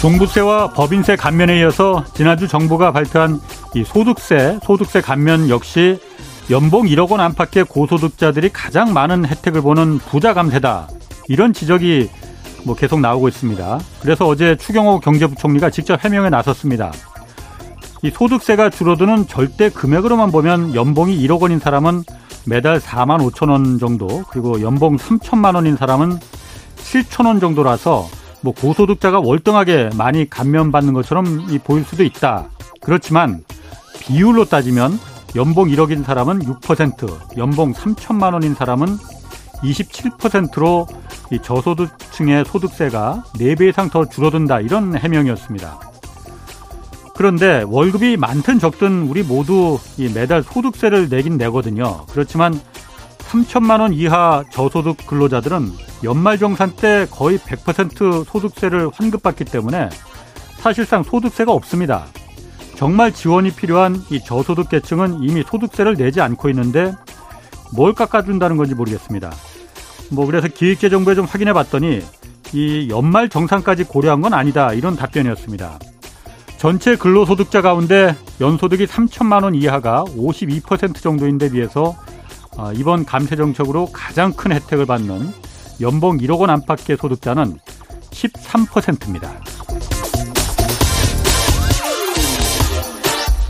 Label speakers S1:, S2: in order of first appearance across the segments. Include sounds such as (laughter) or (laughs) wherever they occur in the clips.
S1: 종부세와 법인세 감면에 이어서 지난주 정부가 발표한 이 소득세, 소득세 감면 역시 연봉 1억 원 안팎의 고소득자들이 가장 많은 혜택을 보는 부자 감세다. 이런 지적이 뭐 계속 나오고 있습니다. 그래서 어제 추경호 경제부총리가 직접 해명에 나섰습니다. 이 소득세가 줄어드는 절대 금액으로만 보면 연봉이 1억 원인 사람은 매달 4만 5천 원 정도, 그리고 연봉 3천만 원인 사람은 7천 원 정도라서 뭐 고소득자가 월등하게 많이 감면받는 것처럼 이 보일 수도 있다. 그렇지만 비율로 따지면 연봉 1억인 사람은 6%, 연봉 3천만 원인 사람은 27%로 이 저소득층의 소득세가 4배 이상 더 줄어든다 이런 해명이었습니다. 그런데 월급이 많든 적든 우리 모두 이 매달 소득세를 내긴 내거든요. 그렇지만 3천만 원 이하 저소득 근로자들은 연말정산 때 거의 100% 소득세를 환급받기 때문에 사실상 소득세가 없습니다. 정말 지원이 필요한 이 저소득 계층은 이미 소득세를 내지 않고 있는데 뭘 깎아준다는 건지 모르겠습니다. 뭐 그래서 기획재정부에 좀 확인해 봤더니 이 연말 정산까지 고려한 건 아니다 이런 답변이었습니다. 전체 근로소득자 가운데 연소득이 3천만 원 이하가 52% 정도인데 비해서 아, 이번 감세 정책으로 가장 큰 혜택을 받는 연봉 1억 원 안팎의 소득자는 13%입니다.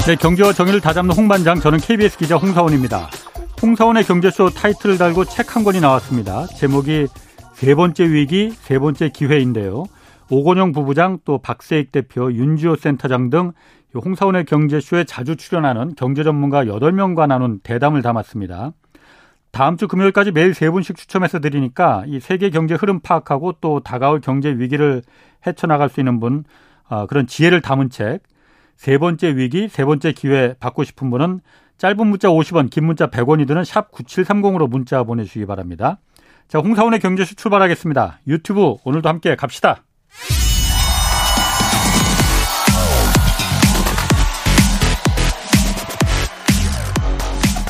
S1: 네, 경제와 정의를 다잡는 홍반장 저는 KBS 기자 홍사원입니다. 홍사원의 경제쇼 타이틀을 달고 책 한 권이 나왔습니다. 제목이 세 번째 위기, 세 번째 기회인데요. 오건영 부부장 또 박세익 대표, 윤지호 센터장 등 홍사원의 경제쇼에 자주 출연하는 경제 전문가 8명과 나눈 대담을 담았습니다. 다음 주 금요일까지 매일 세 분씩 추첨해서 드리니까 이 세계 경제 흐름 파악하고 또 다가올 경제 위기를 헤쳐나갈 수 있는 분 아, 그런 지혜를 담은 책 세 번째 위기, 세 번째 기회 받고 싶은 분은 짧은 문자 50원, 긴 문자 100원이 드는 샵 9730으로 문자 보내주시기 바랍니다. 자, 홍사원의 경제쇼 출발하겠습니다. 유튜브 오늘도 함께 갑시다.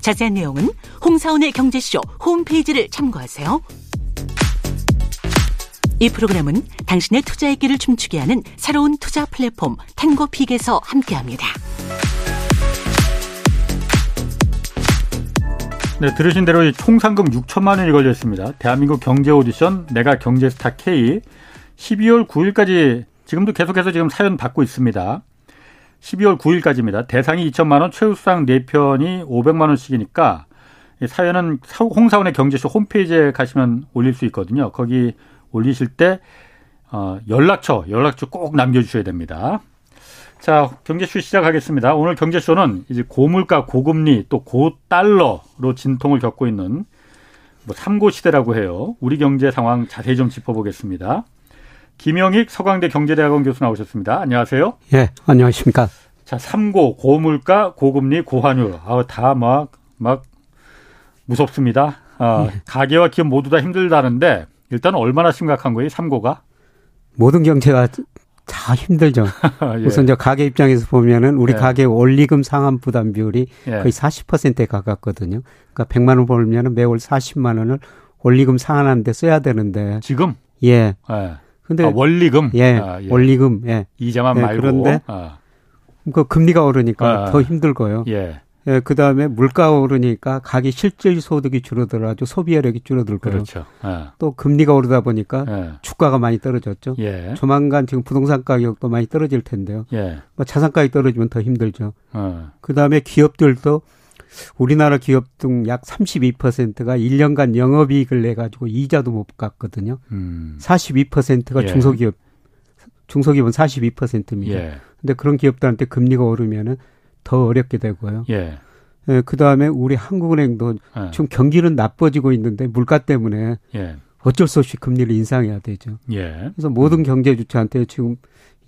S2: 자세한 내용은 홍사원의 경제쇼 홈페이지를 참고하세요. 이 프로그램은 당신의 투자의 길을 춤추게 하는 새로운 투자 플랫폼 탱고픽에서 함께합니다.
S1: 네, 들으신 대로 이 총상금 6천만 원이 걸려 있습니다. 대한민국 경제 오디션 내가 경제스타 K 12월 9일까지 지금도 계속해서 지금 사연 받고 있습니다. 12월 9일까지입니다. 대상이 2천만 원, 최우수상 4편이 500만 원씩이니까 사연은 홍사원의 경제쇼 홈페이지에 가시면 올릴 수 있거든요. 거기 올리실 때 어, 연락처, 연락처 꼭 남겨주셔야 됩니다. 자, 경제쇼 시작하겠습니다. 오늘 경제쇼는 이제 고물가, 고금리, 또 고달러로 진통을 겪고 있는 뭐 삼고 시대라고 해요. 우리 경제 상황 자세히 좀 짚어보겠습니다. 김영익 서강대 경제대학원 교수 나오셨습니다. 안녕하세요.
S3: 예, 안녕하십니까.
S1: 자, 삼고 고물가, 고금리, 고환율. 아, 다막막 막 무섭습니다. 아, 예. 가계와 기업 모두 다 힘들다는데 일단 얼마나 심각한 거예요, 삼고가? (laughs)
S3: 모든 경제가 다 힘들죠. (laughs) 예. 우선 저 가계 입장에서 보면은 우리 예. 가계 원리금 상환 부담 비율이
S1: 예.
S3: 거의 40%에 가깝거든요. 그러니까 100만 원 벌면은 매월 40만 원을 원리금 상환하는데 써야 되는데
S1: 지금
S3: 예.
S1: 근데 아, 원리금
S3: 예, 아, 예, 원리금 예
S1: 이자만
S3: 예,
S1: 말고
S3: 그런데 아. 그 금리가 오르니까 아. 더 힘들고요.
S1: 예.
S3: 예, 그 다음에 물가 오르니까 가계 실질 소득이 줄어들어가지고 소비 여력이 줄어들 거예요.
S1: 그렇죠. 예,
S3: 또 금리가 오르다 보니까 주가가 많이 떨어졌죠. 예. 조만간 지금 부동산 가격도 많이 떨어질 텐데요.
S1: 예. 어,
S3: 뭐 자산 가격이 떨어지면 더 힘들죠. 그 다음에 기업들도 우리나라 기업 등 약 32%가 1년간 영업이익을 내가지고 이자도 못 갚거든요. 음. 42%가 예. 중소기업, 중소기업은 42%입니다. 예. 근데 그런 기업들한테 금리가 오르면은 더 어렵게 되고요.
S1: 예. 아,
S3: 예 그 다음에 우리 한국은행도 예. 지금 경기는 나빠지고 있는데 물가 때문에 어쩔 수 없이 금리를 인상해야 되죠.
S1: 예.
S3: 그래서 모든 경제 주체한테 지금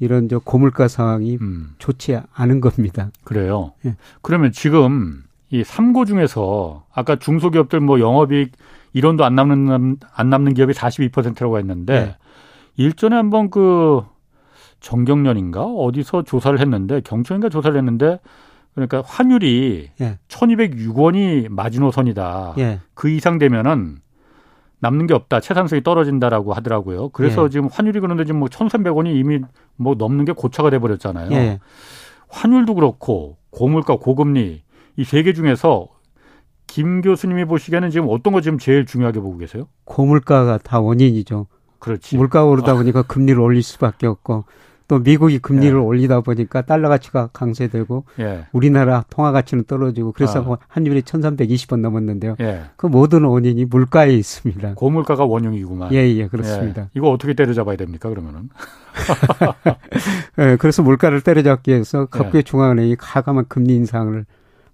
S3: 이런 저 고물가 상황이 음. 좋지 않은 겁니다.
S1: 그래요. 예. 그러면 지금 이 3고 중에서 아까 중소기업들 뭐 영업이익 1원도 안 남는 안 남는 기업이 42%라고 했는데 예. 일전에 한번 그 정경련인가 어디서 조사를 했는데 경청인가 조사를 했는데 그러니까 환율이 예. 1206원이
S3: 아,
S1: 마지노선이다. 예. 그 이상 되면은 남는 게 없다. 채산성이 떨어진다라고 하더라고요. 그래서 예. 지금 환율이 그런데 지금 뭐 1300원이 이미 뭐 넘는 게 고차가 돼 버렸잖아요. 예. 환율도 그렇고 고물가 고금리 이 세 개 중에서 김 교수님이 보시기에는 지금 어떤 거 지금 제일 중요하게 보고 계세요?
S3: 고물가가 다 원인이죠.
S1: 그렇지.
S3: 물가 오르다 보니까 아. 금리를 올릴 수밖에 없고 또 미국이 금리를 예. 올리다 보니까 달러 가치가 강세되고 예. 우리나라 통화 가치는 떨어지고 그래서 아. 환율이 1320원 넘었는데요. 예. 그 모든 원인이 물가에 있습니다.
S1: 고물가가 원흉이구만.
S3: 예, 예, 그렇습니다.
S1: 이거 어떻게 때려잡아야 됩니까, 그러면은?
S3: 예, 그래서 물가를 때려잡기 위해서 각국의 중앙은행이 가감한 금리 인상을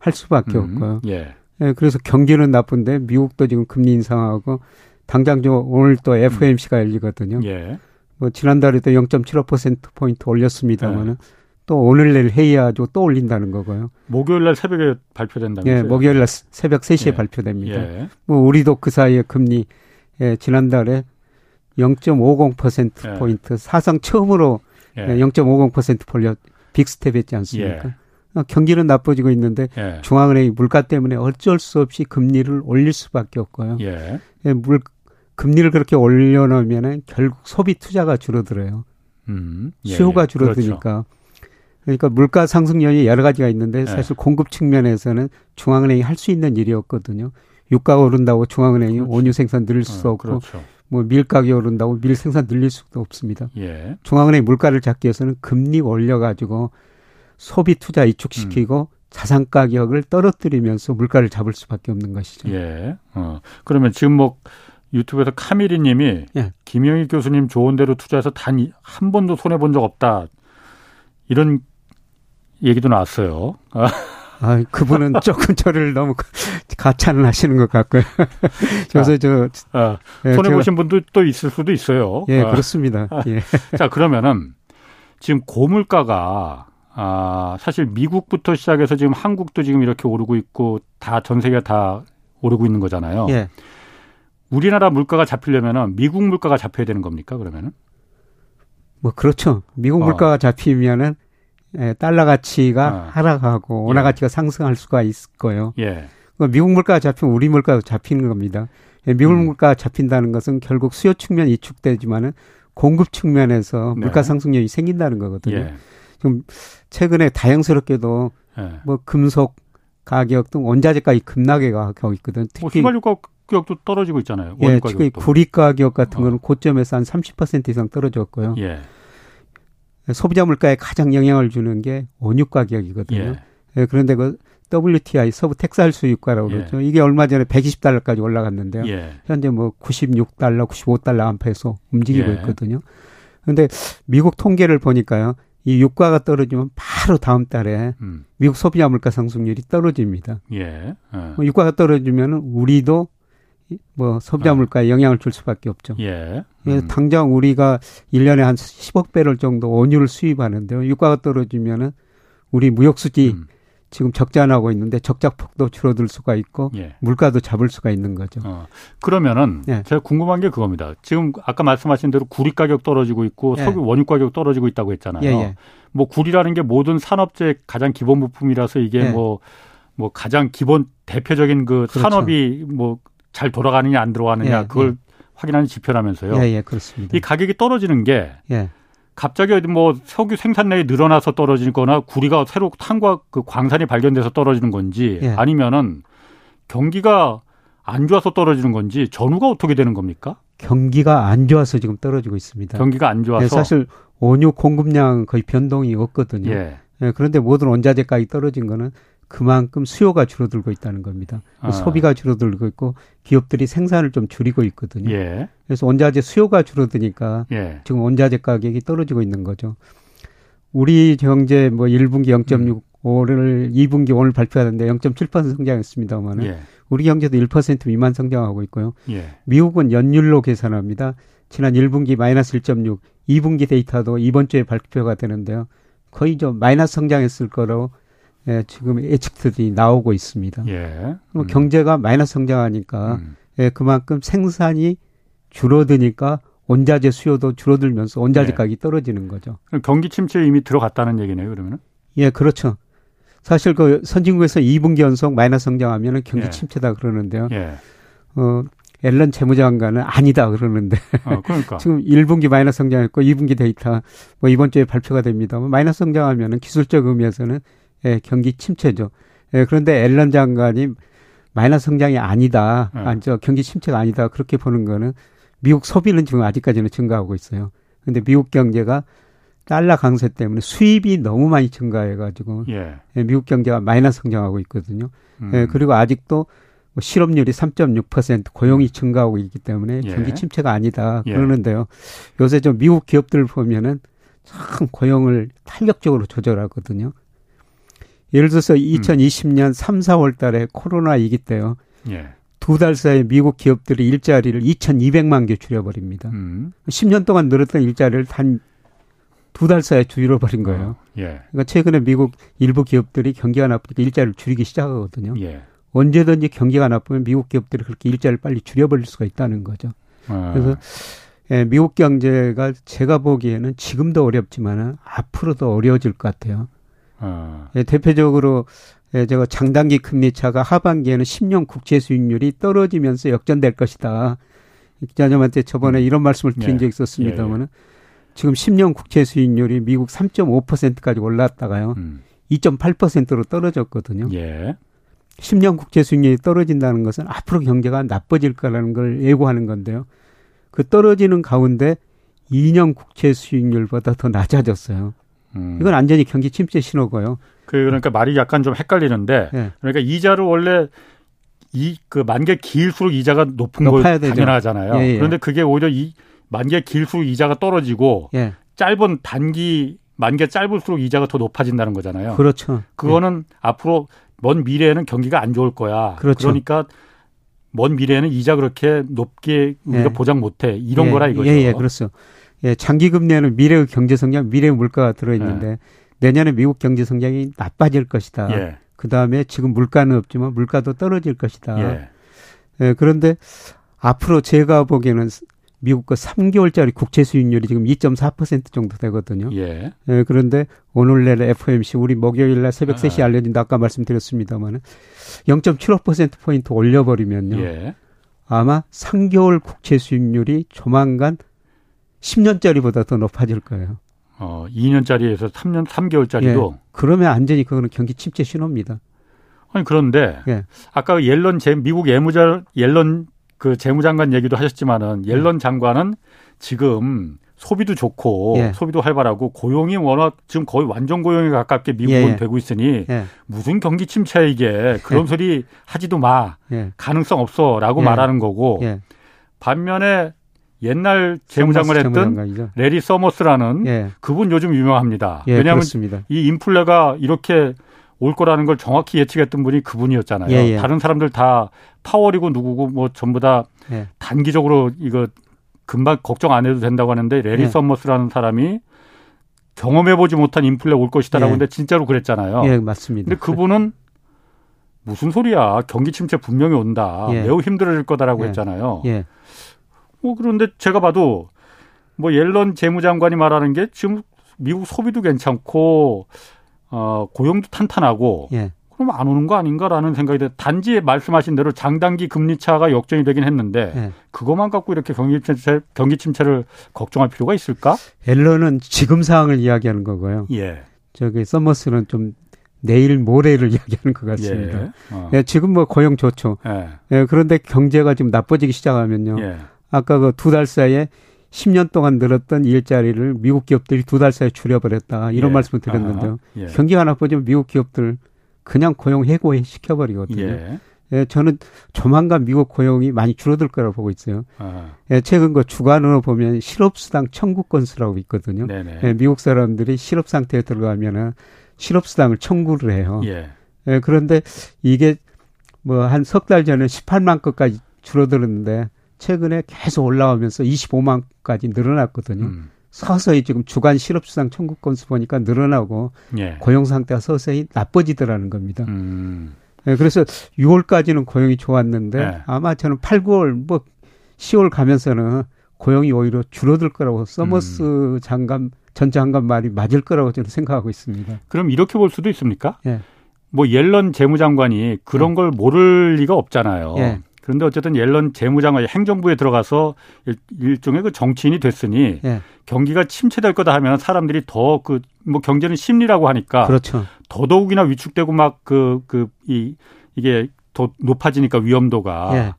S3: 할 수밖에 음, 없고요. 예. 그래서 경기는 나쁜데 미국도 지금 금리 인상하고 당장 저 오늘 또 FOMC가 음. 열리거든요. 예. 뭐 지난달에도 0.75% 포인트 올렸습니다만은 예. 또 오늘 내일 회의하고 또 올린다는 거고요.
S1: 목요일 날 새벽에 발표된다면서요?
S3: 예, 목요일 날 새벽 3시에 예. 발표됩니다. 뭐 우리도 그 사이에 금리 예, 지난달에 0.50% 포인트 사상 처음으로 예. 0.50% 올려 빅스텝 했지
S1: 예.
S3: 않습니까? 경기는 나빠지고 있는데 중앙은행이 물가 때문에 어쩔 수 없이 금리를 올릴 수밖에 없고요. 예, 물 금리를 그렇게 올려놓으면 결국 소비 투자가 줄어들어요. 음, 예, 수요가 줄어드니까. 그렇죠. 그러니까 물가 상승률이 여러 가지가 있는데 사실 예. 공급 측면에서는 중앙은행이 할 수 있는 일이 없거든요. 유가 오른다고 중앙은행이 그렇죠. 원유 생산 늘릴 수도 어, 없고 그렇죠. 뭐 밀가격이 오른다고 밀 생산 늘릴 수도 없습니다. 예. 중앙은행 물가를 잡기 위해서는 금리 올려가지고 소비 투자 이축시키고 음. 자산 가격을 떨어뜨리면서 물가를 잡을 수밖에 없는 것이죠.
S1: 예. 어. 그러면 지금 뭐 유튜브에서 카미리 님이 예. 김영희 교수님 좋은 대로 투자해서 단 한 번도 손해 본 적 없다. 이런 얘기도 나왔어요.
S3: 아, 그분은 (laughs) 조금 저를 너무 가찬을 하시는 것 같고요. 그래서 저
S1: 아, 손해 보신 분도 또 있을 수도 있어요.
S3: 네, 예, 아. 그렇습니다. 예.
S1: 자, 그러면은 지금 고물가가 아, 사실 미국부터 시작해서 지금 한국도 지금 이렇게 오르고 있고 다 전 세계가 다 오르고 있는 거잖아요.
S3: 어.
S1: 예. 우리나라 물가가 잡히려면 미국 물가가 잡혀야 되는 겁니까? 그러면은?
S3: 뭐 그렇죠. 미국 어. 물가가 잡히면은 예, 달러 가치가 어. 하락하고 원화 예. 가치가 상승할 수가 있을 거예요. 예. 미국 물가가 잡히면 우리 물가도 잡히는 겁니다. 예, 미국 음. 물가가 잡힌다는 것은 결국 수요 측면 이축되지만은 공급 측면에서 네. 예. 물가 상승률이 생긴다는 거거든요. 좀 최근에 다양스럽게도
S1: 예,
S3: 뭐 금속 가격 등 원자재까지 급락해 가고 있거든.
S1: 특히 뭐 가격도 떨어지고 있잖아요.
S3: 예, 특히 구리 가격 같은 거는 어. 고점에서 한 30% 이상 떨어졌고요. 예. 소비자 물가에 가장 영향을 주는 게 원유 가격이거든요. 예. 예, 그런데 그 WTI 서부 텍사스 수입가라고 그러죠. 이게 얼마 전에 120달러까지
S1: 예.
S3: 올라갔는데요. 현재 뭐 96달러, 95달러 안팎에서 움직이고 있거든요. 그런데 미국 통계를 보니까요. 이 유가가 떨어지면 바로 다음 달에 음. 미국 소비자 물가 상승률이 떨어집니다. 예. 뭐 유가가 떨어지면 우리도 뭐 소비자 물가에 아. 영향을 줄 수밖에 없죠. 예. 음. 당장 우리가 1년에 한 10억 배럴 정도 원유를 수입하는데요. 유가가 떨어지면은 우리 무역 수지 음. 지금 적자 나고 있는데 적자 폭도 줄어들 수가
S1: 음.
S3: 있고 예. 물가도 잡을 수가 있는 거죠.
S1: 어. 그러면은 예. 제가 궁금한 게 그겁니다. 지금 아까 말씀하신 대로 구리 가격 떨어지고 있고
S3: 예.
S1: 석유 원유 가격 떨어지고 있다고 했잖아요. 예예. 뭐 구리라는 게 모든 산업재의 가장 기본 부품이라서
S3: 네.
S1: 이게 뭐뭐 뭐 가장 기본 대표적인 그 그렇죠. 산업이 뭐잘 돌아가느냐 안 돌아가느냐 예, 그걸 예. 확인하는 지표라면서요.
S3: 네, 예, 예, 그렇습니다.
S1: 이 가격이 떨어지는 게 예. 갑자기 어디 뭐 석유 생산량이 늘어나서 떨어지거나 구리가 새로 탄과 그 광산이 발견돼서 떨어지는 건지
S3: 예.
S1: 아니면은 경기가 안 좋아서 떨어지는 건지 전후가 어떻게 되는 겁니까?
S3: 경기가 안 좋아서 지금 떨어지고 있습니다.
S1: 경기가 안 좋아서
S3: 네. 예, 사실 원유 공급량 거의 변동이 없거든요. 예, 그런데 모든 원자재 가격이 떨어진 거는 그만큼 수요가 줄어들고 있다는 겁니다. 아. 소비가 줄어들고 있고 기업들이 생산을 좀 줄이고 있거든요. 예. 그래서 원자재 수요가 줄어드니까 예. 지금 원자재 가격이 떨어지고 있는 거죠. 우리 경제 뭐 1분기 0.6 올해를 2분기 오늘 발표하는데 0.7% 성장했습니다만 예. 우리 경제도 1% 미만 성장하고 있고요. 예. 미국은 연율로 계산합니다. 지난 1분기 마이너스 1.6, 2분기 데이터도 이번 주에 발표가 되는데요. 거의 좀 마이너스 성장했을 거로 예, 지금 예측들이 나오고 있습니다. 예. 음. 경제가 마이너스 성장하니까 음. 예, 그만큼 생산이 줄어드니까 원자재 수요도 줄어들면서 원자재 예. 가격이 떨어지는 거죠.
S1: 경기 침체에 이미 들어갔다는 얘기네요, 그러면은?
S3: 예, 그렇죠. 사실 그 선진국에서 2분기 연속 마이너스 성장하면은 경기 예. 침체다 그러는데요. 예. 어, 앨런 재무장관은 아니다 그러는데 어, (laughs) 그러니까. 지금 1분기 마이너스 성장했고 2분기 데이터 뭐 이번 주에 발표가 됩니다. 뭐 마이너스 성장하면은 기술적 의미에서는 예, 경기 침체죠. 예, 그런데 앨런 장관이 마이너스 성장이 아니다. 예. 아니, 저 경기 침체가 아니다. 그렇게 보는 거는 미국 소비는 지금 아직까지는 증가하고 있어요. 근데 미국 경제가 달러 강세 때문에 수입이 너무 많이 증가해 가지고 예. 예, 미국 경제가 마이너스 성장하고 있거든요. 음. 예, 그리고 아직도 뭐 실업률이 3.6% 고용이 증가하고 있기 때문에 경기 침체가 아니다 그러는데요. 요새 좀 미국 기업들 을 보면은 참 고용을 탄력적으로 조절하거든요. 예를 들어서 2020년 음. 3, 4월 달에 코로나 이기 때요. 예. 두달 사이에 미국 기업들이 일자리를 2,200만 개 줄여버립니다. 음. 10년 동안 늘었던 일자리를 단 두 달 사이에 줄여버린 거예요. 어. 예. 그러니까 최근에 미국 일부 기업들이 경기가 나쁘니까 일자리를 줄이기 시작하거든요. 예. 언제든지 경기가 나쁘면 미국 기업들이 그렇게 일자리를 빨리 줄여버릴 수가 있다는 거죠.
S1: 어,
S3: 아. 그래서 예, 미국 경제가 제가 보기에는 지금도 어렵지만 앞으로도 어려워질 것 같아요.
S1: 어.
S3: 아. 예, 대표적으로 예, 제가 장단기 금리 차가 하반기에는 10년 국채 수익률이 떨어지면서 역전될 것이다. 기자님한테 저번에 이런 말씀을 드린 예. 적이 있었습니다만은 예, 예. 지금 10년 국채 수익률이 미국 3.5%까지 올랐다가요. 음. 2.8%로 떨어졌거든요. 예. 10년 국채 수익률이 떨어진다는 것은 앞으로 경제가 나빠질 거라는 걸 예고하는 건데요. 그 떨어지는 가운데 2년 국채 수익률보다 더 낮아졌어요. 음. 이건 완전히 경기 침체 신호고요.
S1: 그 그러니까 말이 약간 좀 헷갈리는데 네. 그러니까 이자를 원래 이 그 만개 길수록 이자가 높은 걸 되죠. 당연하잖아요. 예, 예. 그런데 그게 오히려 이 만개 길수록 이자가 떨어지고 예. 짧은 단기 만개 짧을수록 이자가 더 높아진다는 거잖아요.
S3: 그렇죠.
S1: 어. 그거는 앞으로 먼 미래에는 경기가 안 좋을 거야. 그렇죠. 그러니까 먼 미래에는 이자 그렇게 높게 우리가 보장 못해 이런 거라 이거죠.
S3: 예, 예, 그렇죠. 예, 장기 금리에는 미래의 경제 성장, 미래의 물가가 들어
S1: 예.
S3: 있는데 내년에 미국 경제 성장이 나빠질 것이다. 예. 그 다음에 지금 물가는 없지만 물가도 떨어질 것이다. 예. 예, 그런데 앞으로 제가 보기에는 미국 거 3개월짜리 국채 수익률이 지금 2.4% 정도 되거든요. 예. 그런데 오늘 내일 FOMC 우리 목요일 날 새벽 3시 아. 알려진다 아까 말씀드렸습니다만은 0.75% 포인트
S1: 예.
S3: 올려버리면요. 아마 3개월 국채 수익률이 조만간 10년짜리보다 더 높아질 거예요.
S1: 어, 2년짜리에서 3년 3개월짜리도 예,
S3: 그러면 안전히 그거는 경기 침체 신호입니다.
S1: 아니 그런데 예. 아까 옐런 재 미국 예무자 옐런 그 재무장관 얘기도 하셨지만은 옐런 예. 장관은 지금 소비도 좋고 소비도 활발하고 고용이 워낙 지금 거의 완전 고용에 가깝게 미국은 되고 있으니
S3: 예,
S1: 무슨 경기 침체야 이게 그런 소리 하지도 마
S3: 예.
S1: 가능성 없어라고 말하는 거고 반면에 옛날 재무장을 했던 재무장관이죠. 레리 서머스라는 예. 그분 요즘 유명합니다.
S3: 예,
S1: 왜냐하면
S3: 그렇습니다.
S1: 이 인플레가 이렇게 올 거라는 걸 정확히 예측했던 분이 그분이었잖아요. 예, 다른 사람들 다 파월이고 누구고 뭐 전부 다
S3: 예,
S1: 단기적으로 이거 금방 걱정 안 해도 된다고 하는데 레리 서머스라는 사람이 경험해보지 못한 인플레 올 것이다라고 근데 진짜로 그랬잖아요.
S3: 예, 맞습니다.
S1: 어, 근데 그분은 무슨 소리야 경기 침체 분명히 온다
S3: 예.
S1: 매우 힘들어질 거다라고 했잖아요. 뭐 그런데 제가 봐도 뭐 옐런 재무장관이 말하는 게 지금 미국 소비도 괜찮고 어 고용도 탄탄하고 예. 그럼 안 오는 거 아닌가라는 생각이 들. 단지 말씀하신 대로 장단기 금리 차가 역전이 되긴 했는데 예. 그것만 갖고 이렇게 경기 침체 경기 침체를 걱정할 필요가 있을까?
S3: 옐런은 지금 상황을 이야기하는 거고요. 예. 저기 서머스는 좀 내일 모레를 (laughs) 이야기하는 것 같습니다. 예. 어. 예 지금 뭐 고용 좋죠. 예. 그런데 경제가 지금 나빠지기 시작하면요.
S1: 예.
S3: 아까 그 두 달 사이에 10년 동안 늘었던 일자리를 미국 기업들이 두 달 사이에 줄여버렸다. 이런 예. 말씀을 드렸는데요. 예. 경기가 나빠지면 미국 기업들 그냥 고용 해고 시켜버리거든요. 예. 예. 저는 조만간 미국 고용이 많이 줄어들 거라고 보고 있어요. 아. 예, 최근 그 주간으로 보면 예, 실업수당 청구 건수라고 있거든요. 미국 사람들이 실업 상태에 들어가면은 실업수당을 청구를 해요. 예. 예 그런데 이게 뭐 한 석 달 전에 18만 건까지 줄어들었는데 최근에 계속 올라오면서 25만 건까지 늘어났거든요. 음. 서서히 지금 주간 실업수당 청구 건수 보니까 늘어나고 예. 고용 상태가 서서히 나빠지더라는 겁니다. 음. 예, 그래서 6월까지는 고용이 좋았는데 예. 아마 저는 8, 9월 뭐 10월 가면서는 고용이 오히려 줄어들 거라고 서머스 음. 장관 전 장관 말이 맞을 거라고 저는 생각하고 있습니다.
S1: 그럼 이렇게 볼 수도 있습니까? 예. 뭐 옐런 재무장관이
S3: 예.
S1: 그런 걸 모를 리가 없잖아요. 그런데 어쨌든 옐런 재무장관이 행정부에 들어가서 일, 종의그 정치인이 됐으니 예. 경기가 침체될 거다 하면 사람들이 더 그 뭐 경제는 심리라고 하니까
S3: 그렇죠.
S1: 더더욱이나 위축되고 막 그 그 이 이게 더 높아지니까 위험도가 예.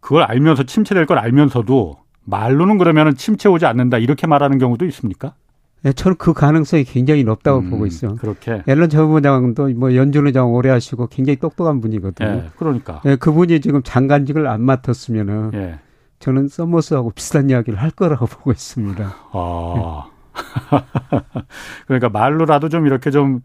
S1: 그걸 알면서 침체될 걸 알면서도 말로는 그러면은 침체 오지 않는다 이렇게 말하는 경우도 있습니까?
S3: 예, 저는 그 가능성이 굉장히 높다고 음, 보고 있어요.
S1: 그렇게.
S3: 앨런 재무장관도 뭐 연준의 장 오래 하시고 굉장히 똑똑한 분이거든요. 예,
S1: 그러니까.
S3: 예, 그분이 지금 장관직을 안 맡았으면은 예. 저는 서머스하고 비슷한 이야기를 할 거라고 (laughs) 보고 있습니다.
S1: 아. (laughs) 그러니까 말로라도 좀 이렇게 좀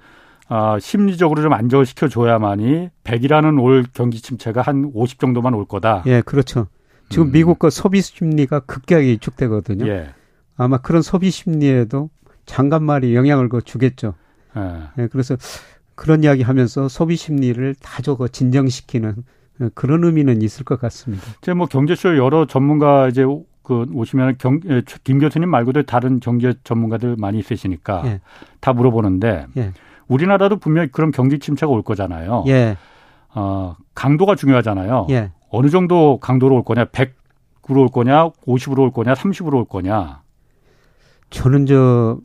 S1: 아, 심리적으로 좀 안정시켜 줘야만이 100이라는 올 경기 침체가 한 50 정도만 올 거다.
S3: 예, 그렇죠. 지금 음. 미국과 소비 심리가 급격하게 위축되거든요. 예. 아마 그런 소비 심리에도 장관 말이 영향을 그 주겠죠. 예. 예. 그래서 그런 이야기 하면서 소비 심리를 다 저거 진정시키는 예, 그런 의미는 있을 것 같습니다.
S1: 이제 뭐 경제쇼 여러 전문가 이제 그 오시면 경, 김 교수님 말고도 다른 경제 전문가들 많이 있으시니까 예. 다 물어보는데 예. 우리나라도 분명히 그런 경기 침체가 올 거잖아요.
S3: 예.
S1: 어, 강도가 중요하잖아요. 예. 어느 정도 강도로 올 거냐, 100으로 올 거냐, 50으로 올 거냐, 30으로 올 거냐.
S3: 저는 저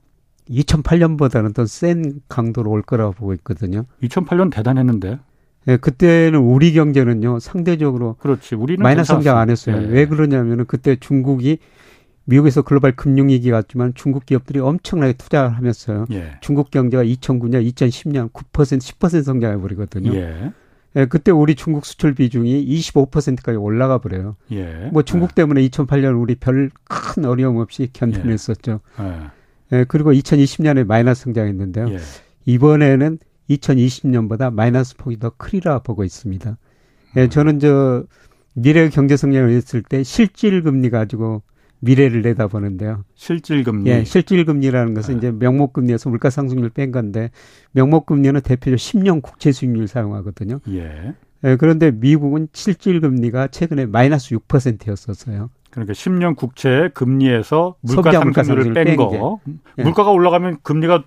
S3: 2008년보다는 더 센 강도로 올 거라고 보고 있거든요.
S1: 2008년 대단했는데.
S3: 예, 그때는 우리 경제는요 상대적으로
S1: 그렇지 우리는
S3: 마이너스 성장 안 했어요. 예. 왜 그러냐면은 그때 중국이 미국에서 글로벌 금융 위기 왔지만 중국 기업들이 엄청나게 투자를 하면서요. 예. 중국 경제가 2009년, 2010년 9% 10% 성장해 버리거든요.
S1: 예.
S3: 예, 그때 우리 중국 수출 비중이 25%까지 올라가 버려요.
S1: 예.
S3: 뭐 중국 때문에 2008년 우리 별 큰 어려움 없이 견뎌냈었죠.
S1: 예.
S3: 예. 그리고 2020년에 마이너스 성장했는데요. 이번에는 2020년보다 마이너스 폭이 더 크리라 보고 있습니다. 예,
S1: 음.
S3: 저는 저 미래 경제 성장을 했을 때 실질 금리 가지고 미래를 내다보는데요.
S1: 실질금리.
S3: 예, 실질금리라는 것은 네. 이제 명목금리에서 물가상승률 뺀 건데 명목금리는 대표적 10년 국채 수익률 사용하거든요.
S1: 예.
S3: 예 그런데 미국은 실질금리가 최근에 마이너스 6%였었어요.
S1: 그러니까 10년 국채 금리에서 물가상승률을 뺀, 뺀 거. 예. 물가가 올라가면 금리가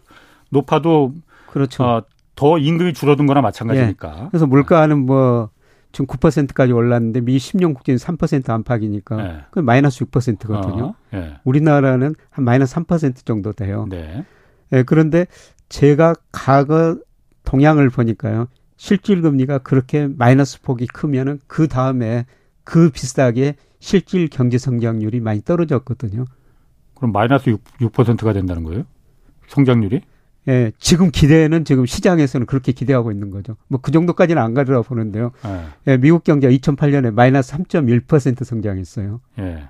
S1: 높아도
S3: 그렇죠. 어,
S1: 더 임금이 줄어든 거나 마찬가지니까.
S3: 예. 그래서 물가는 뭐 지금 9%까지 올랐는데 미 10년 국채는 3% 안팎이니까
S1: 예.
S3: 네. 그 마이너스 6%거든요. 어, 네. 우리나라는 한 마이너스 3% 정도 돼요.
S1: 네.
S3: 네. 그런데 제가 과거 동향을 보니까요. 실질 금리가 그렇게 마이너스 폭이 크면은 그 다음에 그 비슷하게 실질 경제 성장률이 많이 떨어졌거든요.
S1: 그럼 마이너스 6, 6%가 된다는 거예요? 성장률이?
S3: 예, 지금 기대는 지금 시장에서는 그렇게 기대하고 있는 거죠. 뭐 그 정도까지는 안 가리라 보는데요. 예. 예, 미국 경제 2008년에 마이너스 3.1% 성장했어요.
S1: 예.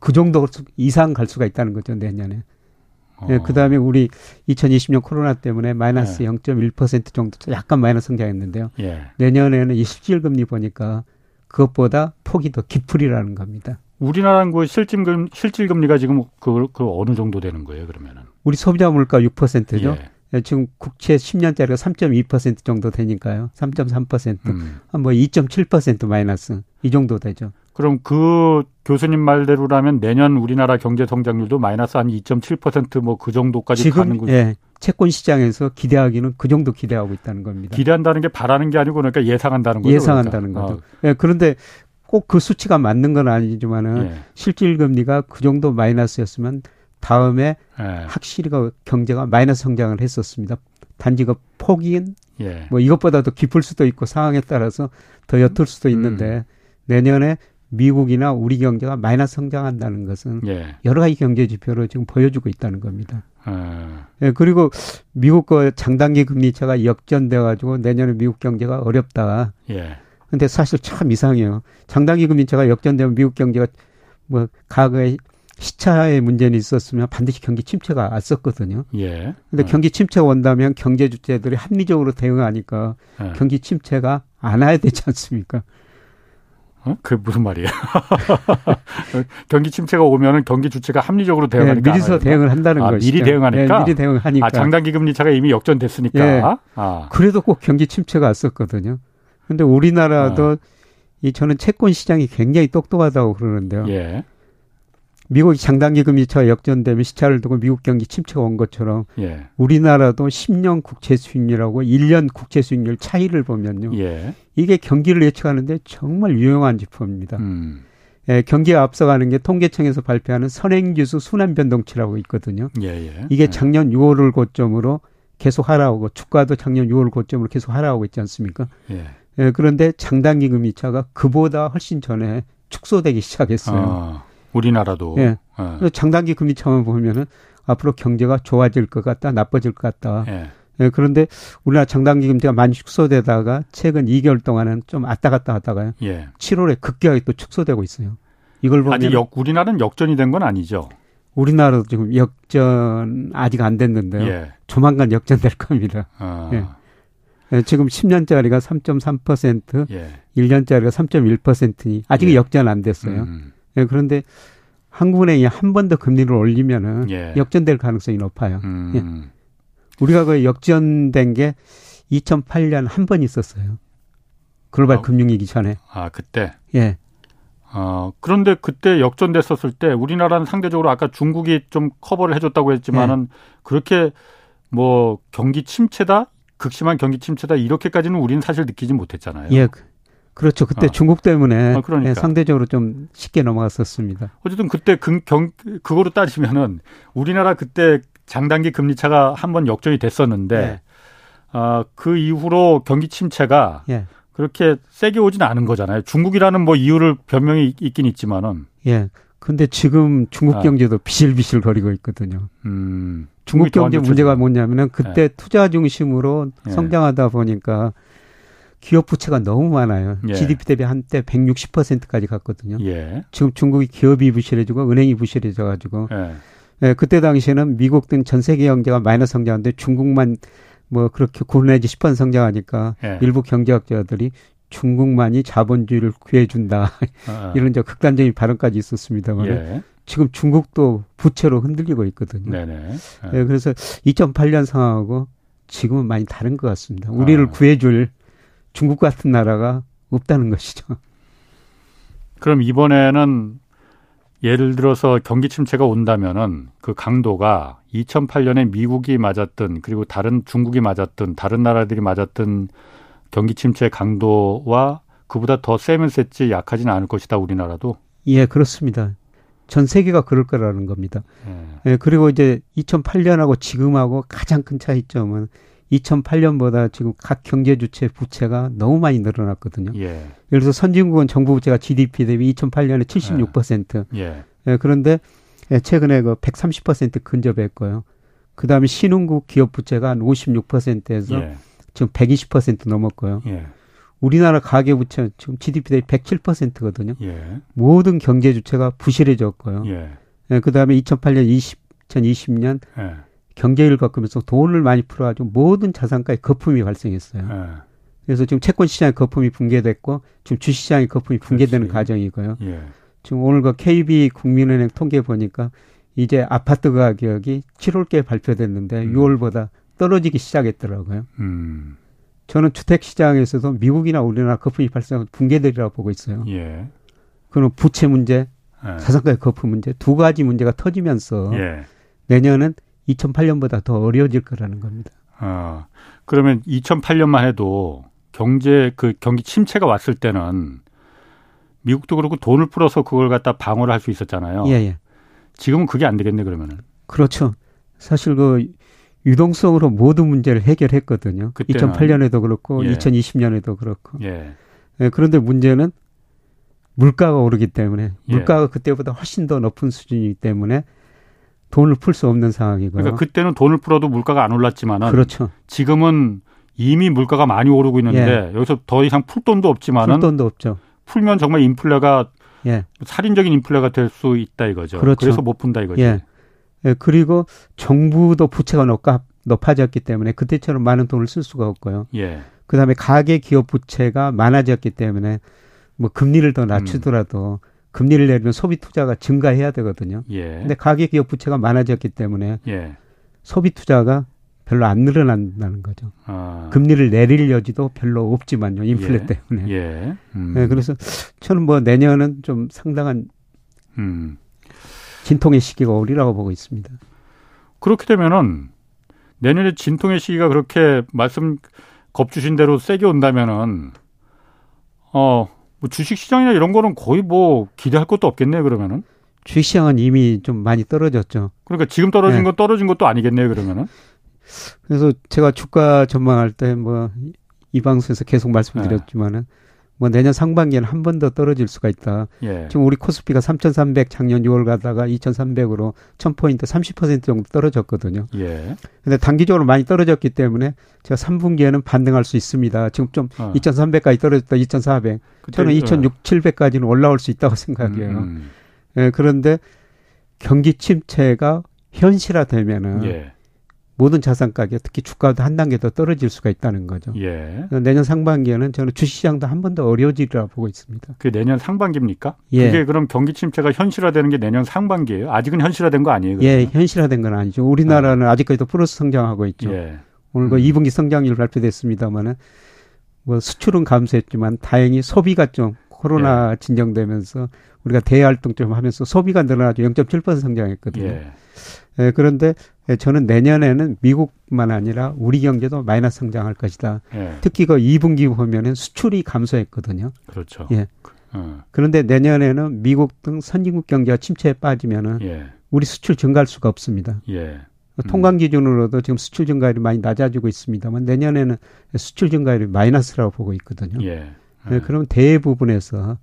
S3: 그 정도 이상 갈 수가 있다는 거죠, 내년에. 어. 예, 그 다음에 우리 2020년 코로나 때문에 마이너스 예. 0.1% 정도 약간 마이너스 성장했는데요.
S1: 예.
S3: 내년에는 이 실질금리 보니까 그것보다 폭이 더 깊으리라는 겁니다.
S1: 우리나라 그 실질금 실질금리가 지금 그, 그 어느 정도 되는 거예요 그러면은?
S3: 우리 소비자 물가 6%죠. 예. 지금 국채 10년짜리가 3.2% 정도 되니까요. 3.3%,
S1: 그
S3: 음. 한뭐 2.7% 마이너스 이 정도 되죠.
S1: 그럼 그 교수님 말대로라면 내년 우리나라 경제 성장률도 마이너스 한 2.7%뭐 그 정도까지
S3: 지금,
S1: 가는 거죠.
S3: 예. 채권 시장에서 기대하기는 그 정도 기대하고 있다는 겁니다.
S1: 기대한다는 게 바라는 게 아니고 그러니까 예상한다는 거죠.
S3: 예상한다는 그러니까. 거죠. 아. 예, 그런데 꼭 그 수치가 맞는 건
S1: 어,
S3: 아니지만은 예. 실질 금리가 그 정도 마이너스였으면 다음에 예. 확실히 그 경제가 마이너스 성장을 했었습니다. 단지 그 폭인 예. 뭐 이것보다도 깊을 수도 있고 상황에 따라서 더 옅을 수도 있는데 음. 내년에 미국이나 우리 경제가 마이너스 성장한다는
S1: 음.
S3: 것은 예. 여러 가지 경제 지표로 지금 보여주고 있다는 겁니다.
S1: 아.
S3: 예, 그리고 미국 거 장단기 금리차가 역전돼 가지고 내년에 미국 경제가 어렵다.
S1: 예.
S3: 근데 사실 참 이상해요. 장단기 금리차가 역전되면 미국 경제가 뭐 과거에 시차의 문제는 있었으면 반드시 경기 침체가 왔었거든요.
S1: 예.
S3: 근데 경기 침체가 온다면 경제 주체들이 합리적으로 대응하니까
S1: 예.
S3: 경기 침체가 안 와야 되지 않습니까?
S1: 어? 그게 무슨 말이에요? (laughs) 경기 침체가 오면은 경기 주체가 합리적으로 (laughs)
S3: 네,
S1: 대응하니까
S3: 미리서
S1: 안 하니까.
S3: 대응을 한다는
S1: 아,
S3: 것이죠.
S1: 미리 대응하니까?
S3: 네, 미리 대응하니까.
S1: 아, 장단기 금리 차가 이미 역전됐으니까.
S3: 예.
S1: 아.
S3: 그래도 꼭 경기 침체가 왔었거든요. 근데
S1: 아.
S3: 우리나라도 이 저는 채권 시장이 굉장히 똑똑하다고 그러는데요.
S1: 예.
S3: 미국이 장단기 금리 차 역전되면 시차를 두고 미국 경기 침체가 온 것처럼
S1: 예.
S3: 우리나라도 10년 국채 수익률하고 1년 국채 수익률 차이를 보면요.
S1: 예.
S3: 이게 경기를 예측하는데 정말 유용한 지표입니다.
S1: 음.
S3: 예, 경기에 앞서가는 게 통계청에서 발표하는 선행지수 순환변동치라고 있거든요.
S1: 예, 예.
S3: 이게
S1: 예.
S3: 작년 6월을 고점으로 계속 하락하고 주가도 작년 6월 고점으로 계속 하락하고 있지 않습니까?
S1: 예.
S3: 예, 그런데 장단기 금리차가 그보다 훨씬 전에 축소되기 시작했어요.
S1: 어, 우리나라도.
S3: 예.
S1: 어.
S3: 그래서 장단기 금리차만 보면은 앞으로 경제가 좋아질 것 같다, 나빠질 것 같다.
S1: 예.
S3: 예, 그런데 우리나라 장단기 금리가 많이 축소되다가 최근 2개월 동안은 좀 왔다 갔다 하다가요.
S1: 예.
S3: 7월에 급격하게 또 축소되고 있어요. 이걸 보면
S1: 아직 역, 우리나라는 역전이 된 건 아니죠.
S3: 우리나라도 지금 역전 아직 안 됐는데요.
S1: 예.
S3: 조만간 역전될 겁니다.
S1: 아,
S3: 예. 예, 지금 10년짜리가 3.3%,
S1: 예.
S3: 1년짜리가 3.1%니 아직
S1: 예.
S3: 역전 안 됐어요.
S1: 음,
S3: 예, 그런데 한국은행이 한 번 더 금리를 올리면은
S1: 예.
S3: 음. 역전될 예. 가능성이 높아요.
S1: 음.
S3: 우리가 그 역전된 게 2008년 한 번 있었어요. 글로벌
S1: 어.
S3: 금융위기 전에.
S1: 아, 그때.
S3: 예.
S1: 어, 그런데 그때 역전됐었을 때 우리나라는 상대적으로 아까 중국이 좀 커버를 해줬다고 했지만은
S3: 예.
S1: 그렇게 뭐 경기 침체다? 극심한 경기 침체다 이렇게까지는 우리는 사실 느끼지 못했잖아요.
S3: 예. 그- 그렇죠. 그때
S1: 어.
S3: 중국 때문에
S1: 어, 그러니까.
S3: 예, 상대적으로 좀 쉽게 넘어갔었습니다.
S1: 어쨌든 그때 금, 경, 그거로 따지면은 우리나라 그때 장단기 금리 차가 한 번 역전이 됐었는데 아, 그 이후로 경기 침체가
S3: 예.
S1: 그렇게 세게 오진 않은 거잖아요. 중국이라는 뭐 이유를 변명이 있- 있긴 있지만은
S3: 예. 근데 지금 중국
S1: 아.
S3: 경제도 비실비실 거리고 있거든요.
S1: 음,
S3: 중국
S1: 중국이 더
S3: 경제
S1: 안
S3: 문제가
S1: 좋죠.
S3: 뭐냐면은 그때 투자 중심으로
S1: 예.
S3: 성장하다 보니까 기업 부채가 너무 많아요.
S1: 예.
S3: GDP 대비 한때 160%까지 갔거든요.
S1: 예.
S3: 지금 중국이 기업이 부실해지고 은행이 부실해져가지고
S1: 예.
S3: 예, 그때 당시에는 미국 등 전 세계 경제가 마이너스 성장하는데 중국만 뭐 그렇게 9 내지 10번 성장하니까
S1: 예.
S3: 일부 경제학자들이 중국만이 자본주의를 구해준다
S1: 아,
S3: 이런 저 극단적인 발언까지 있었습니다만
S1: 예.
S3: 지금 중국도 부채로 흔들리고 있거든요.
S1: 네네. 예.
S3: 예, 그래서 2008년 상황하고 지금은 많이 다른 것 같습니다. 우리를
S1: 아.
S3: 구해줄 중국 같은 나라가 없다는 것이죠.
S1: 그럼 이번에는 예를 들어서 경기 침체가 온다면은 그 강도가 2008년에 미국이 맞았던 그리고 다른 중국이 맞았던 다른 나라들이 맞았던 경기 침체 강도와 그보다 더 세면 셌지 약하진 않을 것이다 우리나라도.
S3: 예, 그렇습니다. 전 세계가 그럴 거라는 겁니다.
S1: 예.
S3: 예, 그리고 이제 2008년하고 지금하고 가장 큰 차이점은 2008년보다 지금 각 경제 주체 부채가 너무 많이 늘어났거든요.
S1: 예.
S3: 예를 들어서 선진국은 정부 부채가 GDP 대비
S1: 네.
S3: 2008년에 76%.
S1: 예.
S3: 예, 그런데 예, 최근에 그 130% 근접했고요. 그다음에 신흥국 기업 부채가 한 56%에서
S1: 예.
S3: 지금 120% 넘었고요.
S1: 예.
S3: 우리나라 가계 부채 지금 GDP 대비 107%거든요.
S1: 예.
S3: 모든 경제 주체가 부실해졌고요.
S1: 예.
S3: 예, 그다음에 2008년 20 2020년
S1: 예.
S3: 경제율 꺾으면서 돈을 많이 풀어가지고 모든 자산가에 거품이 발생했어요.
S1: 예.
S3: 그래서 지금 채권 시장의 거품이 붕괴됐고 지금 주시장의 거품이 붕괴되는
S1: 그렇지.
S3: 과정이고요.
S1: 예.
S3: 지금 오늘 그 KB 국민은행 통계 보니까 이제 아파트 가격이 7월께 발표됐는데
S1: 음.
S3: 6월보다 떨어지기 시작했더라고요.
S1: 음.
S3: 저는 주택 시장에서도 미국이나 우리나라 거품이 발생하고 붕괴되리라고 보고 있어요.
S1: 예.
S3: 그럼 부채 문제,
S1: 예.
S3: 자산가의 거품 문제 두 가지 문제가 터지면서
S1: 예.
S3: 내년은 2008년보다 더 어려워질 거라는 겁니다.
S1: 아, 그러면 2008년만 해도 경제 그 경기 침체가 왔을 때는 미국도 그렇고 돈을 풀어서 그걸 갖다 방어를 할 수 있었잖아요.
S3: 예, 예.
S1: 지금은 그게 안 되겠네 그러면은.
S3: 그렇죠. 사실 그 유동성으로 모든 문제를 해결했거든요.
S1: 그때는.
S3: 2008년에도 그렇고
S1: 예.
S3: 2020년에도 그렇고.
S1: 예.
S3: 예, 그런데 문제는 물가가 오르기 때문에
S1: 예.
S3: 물가가 그때보다 훨씬 더 높은 수준이기 때문에 돈을 풀 수 없는 상황이고요. 그렇죠.
S1: 그러니까 그때는 돈을 풀어도 물가가 안 올랐지만은
S3: 렇죠
S1: 지금은 이미 물가가
S3: 예.
S1: 많이 오르고 있는데 여기서 더 이상 풀 돈도 없지만은
S3: 풀 돈도 없죠.
S1: 풀면 정말 인플레가
S3: 예.
S1: 살인적인 인플레가 될 수 있다 이거죠.
S3: 그렇죠.
S1: 그래서 못 푼다 이거죠.
S3: 예. 예, 그리고 정부도 부채가 높아, 높아졌기 때문에 그때처럼 많은 돈을 쓸 수가 없고요.
S1: 예.
S3: 그 다음에 가계 기업 부채가 많아졌기 때문에 뭐 금리를 더 낮추더라도 금리를 내리면 소비 투자가 증가해야 되거든요.
S1: 음. 예.
S3: 근데 가계 기업 부채가 많아졌기 때문에
S1: 예.
S3: 소비 투자가 별로 안 늘어난다는 거죠.
S1: 아.
S3: 금리를 내릴 여지도 별로 없지만요. 인플레
S1: 예.
S3: 때문에.
S1: 예. 음.
S3: 네, 그래서 저는 뭐 내년은 좀 상당한
S1: 음.
S3: 진통의 시기가 오리라고 보고 있습니다.
S1: 그렇게 되면은 내년에 진통의 시기가 그렇게 말씀 겁주신 대로 세게 온다면은 어, 뭐 주식 시장이나 이런 거는 거의 뭐 기대할 것도 없겠네요, 그러면은.
S3: 주식시장은 이미 좀 많이 떨어졌죠.
S1: 그러니까 지금 떨어진
S3: 네.
S1: 건 떨어진 것도 아니겠네요, 그러면은.
S3: 그래서 제가 주가 전망할 때 뭐 이 방송에서 계속
S1: 네.
S3: 말씀드렸지만은 뭐 내년 상반기에는 한 번 더 떨어질 수가 있다.
S1: 예.
S3: 지금 우리 코스피가 3,300 작년 6월 가다가 2,300으로 1,000포인트 30% 정도 떨어졌거든요.
S1: 예.
S3: 근데 단기적으로 많이 떨어졌기 때문에 제가 3분기에는 반등할 수 있습니다. 지금 좀
S1: 어.
S3: 2,300까지 떨어졌다. 2,400.
S1: 그때,
S3: 저는
S1: 어,
S3: 2,600, 700까지는 올라올 수 있다고 생각해요.
S1: 음,
S3: 예, 그런데 경기 침체가
S1: 음.
S3: 현실화되면은
S1: 예.
S3: 모든 자산 가격, 특히 주가도 한 단계 더 떨어질 수가 있다는 거죠.
S1: 예.
S3: 그래서 내년 상반기에는 저는 주시장도 한 번 더 어려워지리라 보고 있습니다.
S1: 그 내년 상반기입니까?
S3: 예.
S1: 그게 그럼 경기 침체가 현실화되는 게 내년 상반기예요. 아직은 현실화된 거 아니에요.
S3: 예, 현실화된 건 아니죠. 우리나라는 아직까지도 플러스 성장하고 있죠.
S1: 그러면? 예.
S3: 오늘 그
S1: 음.
S3: 2분기 성장률 발표됐습니다만은 뭐 수출은 감소했지만 다행히 소비가 좀
S1: 예.
S3: 코로나 진정되면서 우리가 대활동 좀 하면서 소비가 늘어나죠. 0.7% 성장했거든요.
S1: 예.
S3: 예, 그런데 예, 저는 내년에는 미국만 아니라 우리 경제도 마이너스 성장할 것이다.
S1: 예.
S3: 특히 그 2분기 보면은 수출이 감소했거든요.
S1: 그렇죠.
S3: 예.
S1: 어,
S3: 그런데 내년에는 미국 등 선진국 경제가 침체에 빠지면은
S1: 예.
S3: 우리 수출 증가할 수가 없습니다.
S1: 예. 음.
S3: 그 통관 기준으로도 지금 수출 증가율이 많이 낮아지고 있습니다만 내년에는 수출 증가율이 마이너스라고 보고 있거든요.
S1: 예.
S3: 네, 그럼 대부분에서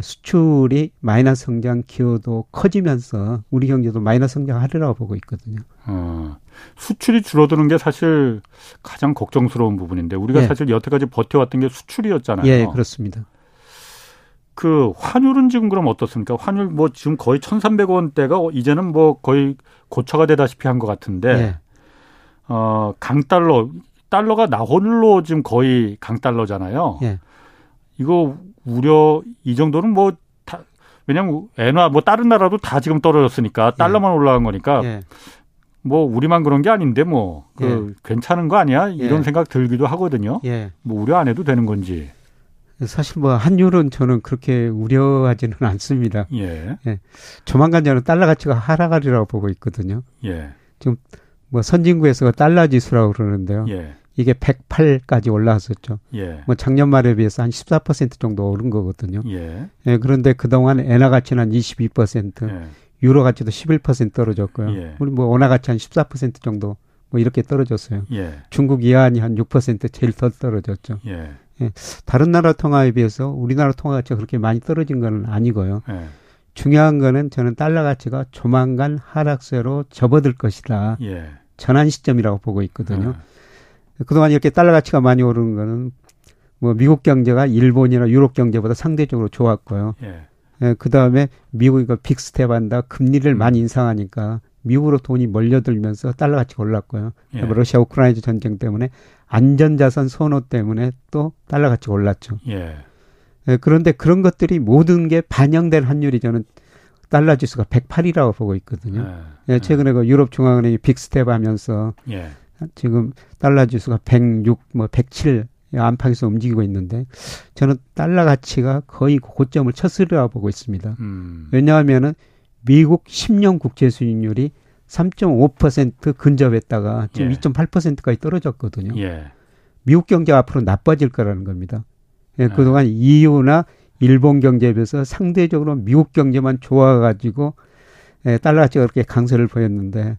S3: 수출이 마이너스 성장 기여도 커지면서 우리 경제도 마이너스 성장하리라고 보고 있거든요.
S1: 어, 수출이 줄어드는 게 사실 가장 걱정스러운 부분인데 우리가
S3: 예.
S1: 사실 여태까지 버텨왔던 게 수출이었잖아요.
S3: 예, 그렇습니다.
S1: 그 환율은 지금 그럼 어떻습니까? 환율 뭐 지금 거의 1,300원대가 이제는 뭐 거의 고쳐가 되다시피 한 것 같은데
S3: 예,
S1: 어, 강달러 달러가 나홀로 지금 거의 강달러잖아요.
S3: 예.
S1: 이거 우려 이 정도는 뭐 다, 왜냐면 엔화 뭐 다른 나라도 다 지금 떨어졌으니까 달러만 올라간 거니까
S3: 예.
S1: 뭐 우리만 그런 게 아닌데 뭐 그 괜찮은 거 아니야 이런
S3: 예.
S1: 생각 들기도 하거든요.
S3: 예.
S1: 뭐 우려 안 해도 되는 건지.
S3: 사실 뭐 한율은 저는 그렇게 우려하지는 않습니다.
S1: 예,
S3: 조만간 저는 달러 가치가 하락하리라고 보고 있거든요.
S1: 예,
S3: 뭐 선진국에서 달러 지수라고 그러는데요.
S1: 예,
S3: 이게 108까지 올라왔었죠.
S1: 예,
S3: 뭐 작년 말에 비해서 한 14% 정도 오른 거거든요.
S1: 예,
S3: 예, 그런데 그동안 엔화 가치는 한22%
S1: 예,
S3: 유로 가치도 11% 떨어졌고요.
S1: 예.
S3: 우리 뭐 원화 가치 한 14% 정도 뭐 이렇게 떨어졌어요.
S1: 예,
S3: 중국 이안이 한 6% 제일 더 떨어졌죠.
S1: 예,
S3: 다른 나라 통화에 비해서 우리나라 통화 가치가 그렇게 많이 떨어진 건 아니고요.
S1: 예,
S3: 중요한 거는 저는 달러 가치가 조만간 하락세로 접어들 것이다.
S1: 예.
S3: 전환 시점이라고 보고 있거든요.
S1: 예.
S3: 그동안 이렇게 달러 가치가 많이 오르는 거는 뭐 미국 경제가 일본이나 유럽 경제보다 상대적으로 좋았고요.
S1: 예.
S3: 그 다음에 미국이 그 빅스텝한다 금리를 많이 인상하니까 미국으로 돈이 몰려들면서 달러 가치가 올랐고요.
S1: 예.
S3: 그다음에 러시아 우크라이나 전쟁 때문에 안전자산 선호 때문에 또 달러 가치가 올랐죠.
S1: 예.
S3: 예, 그런데 그런 것들이 모든 게 반영된 환율이 저는 달러 지수가 108이라고 보고 있거든요. 예, 최근에 그 유럽 중앙은행이 빅스텝 하면서
S1: 예.
S3: 지금 달러 지수가 106, 뭐 107 안팎에서 움직이고 있는데 저는 달러 가치가 거의 그 고점을 쳤으리라고 보고 있습니다.
S1: 음.
S3: 왜냐하면은 미국 10년 국채 수익률이 3.5% 근접했다가 지금
S1: 예.
S3: 2.8%까지 떨어졌거든요.
S1: 예.
S3: 미국 경제가 앞으로 나빠질 거라는 겁니다. 예, 그동안 EU나 일본 경제에 비해서 상대적으로 미국 경제만 좋아가지고 예, 달러 가치가 그렇게 강세를 보였는데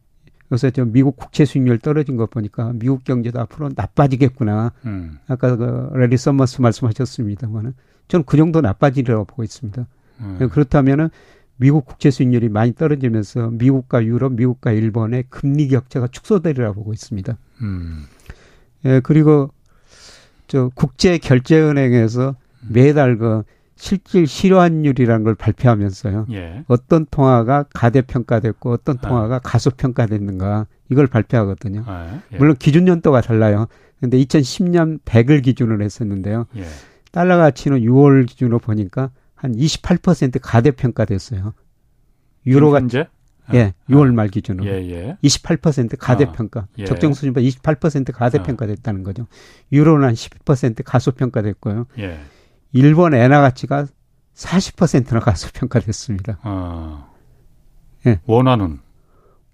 S3: 요새 좀 미국 국채 수익률 떨어진 것 보니까 미국 경제도 앞으로 나빠지겠구나.
S1: 음.
S3: 아까 그 레리 서머스 말씀하셨습니다만은 저는 그 정도 나빠지리라고 보고 있습니다.
S1: 음.
S3: 예, 그렇다면은 미국 국채 수익률이 많이 떨어지면서 미국과 유럽, 미국과 일본의 금리 격차가 축소되리라고 보고 있습니다.
S1: 음.
S3: 음. 예, 그리고 저 국제 결제은행에서 매달 그 실질 실효환율이라는 걸 발표하면서요. 예. 어떤 통화가 가대평가됐고 어떤 통화가 아. 가소평가됐는가 이걸 발표하거든요. 아. 예. 물론 기준 연도가 달라요. 근데 2010년 100을 기준으로 했었는데요. 예. 달러 가치는 6월 기준으로 보니까 한 28% 가대평가됐어요. 유로가
S1: 현재?
S3: 예, 6월 말 기준으로 예, 예. 28% 가대평가, 아, 예. 적정 수준보다 28% 가대평가됐다는 아. 거죠. 유로는 한10% 가소평가됐고요. 예. 일본 엔화 가치가 40%나 가소평가됐습니다. 아.
S1: 예. 어. 원화는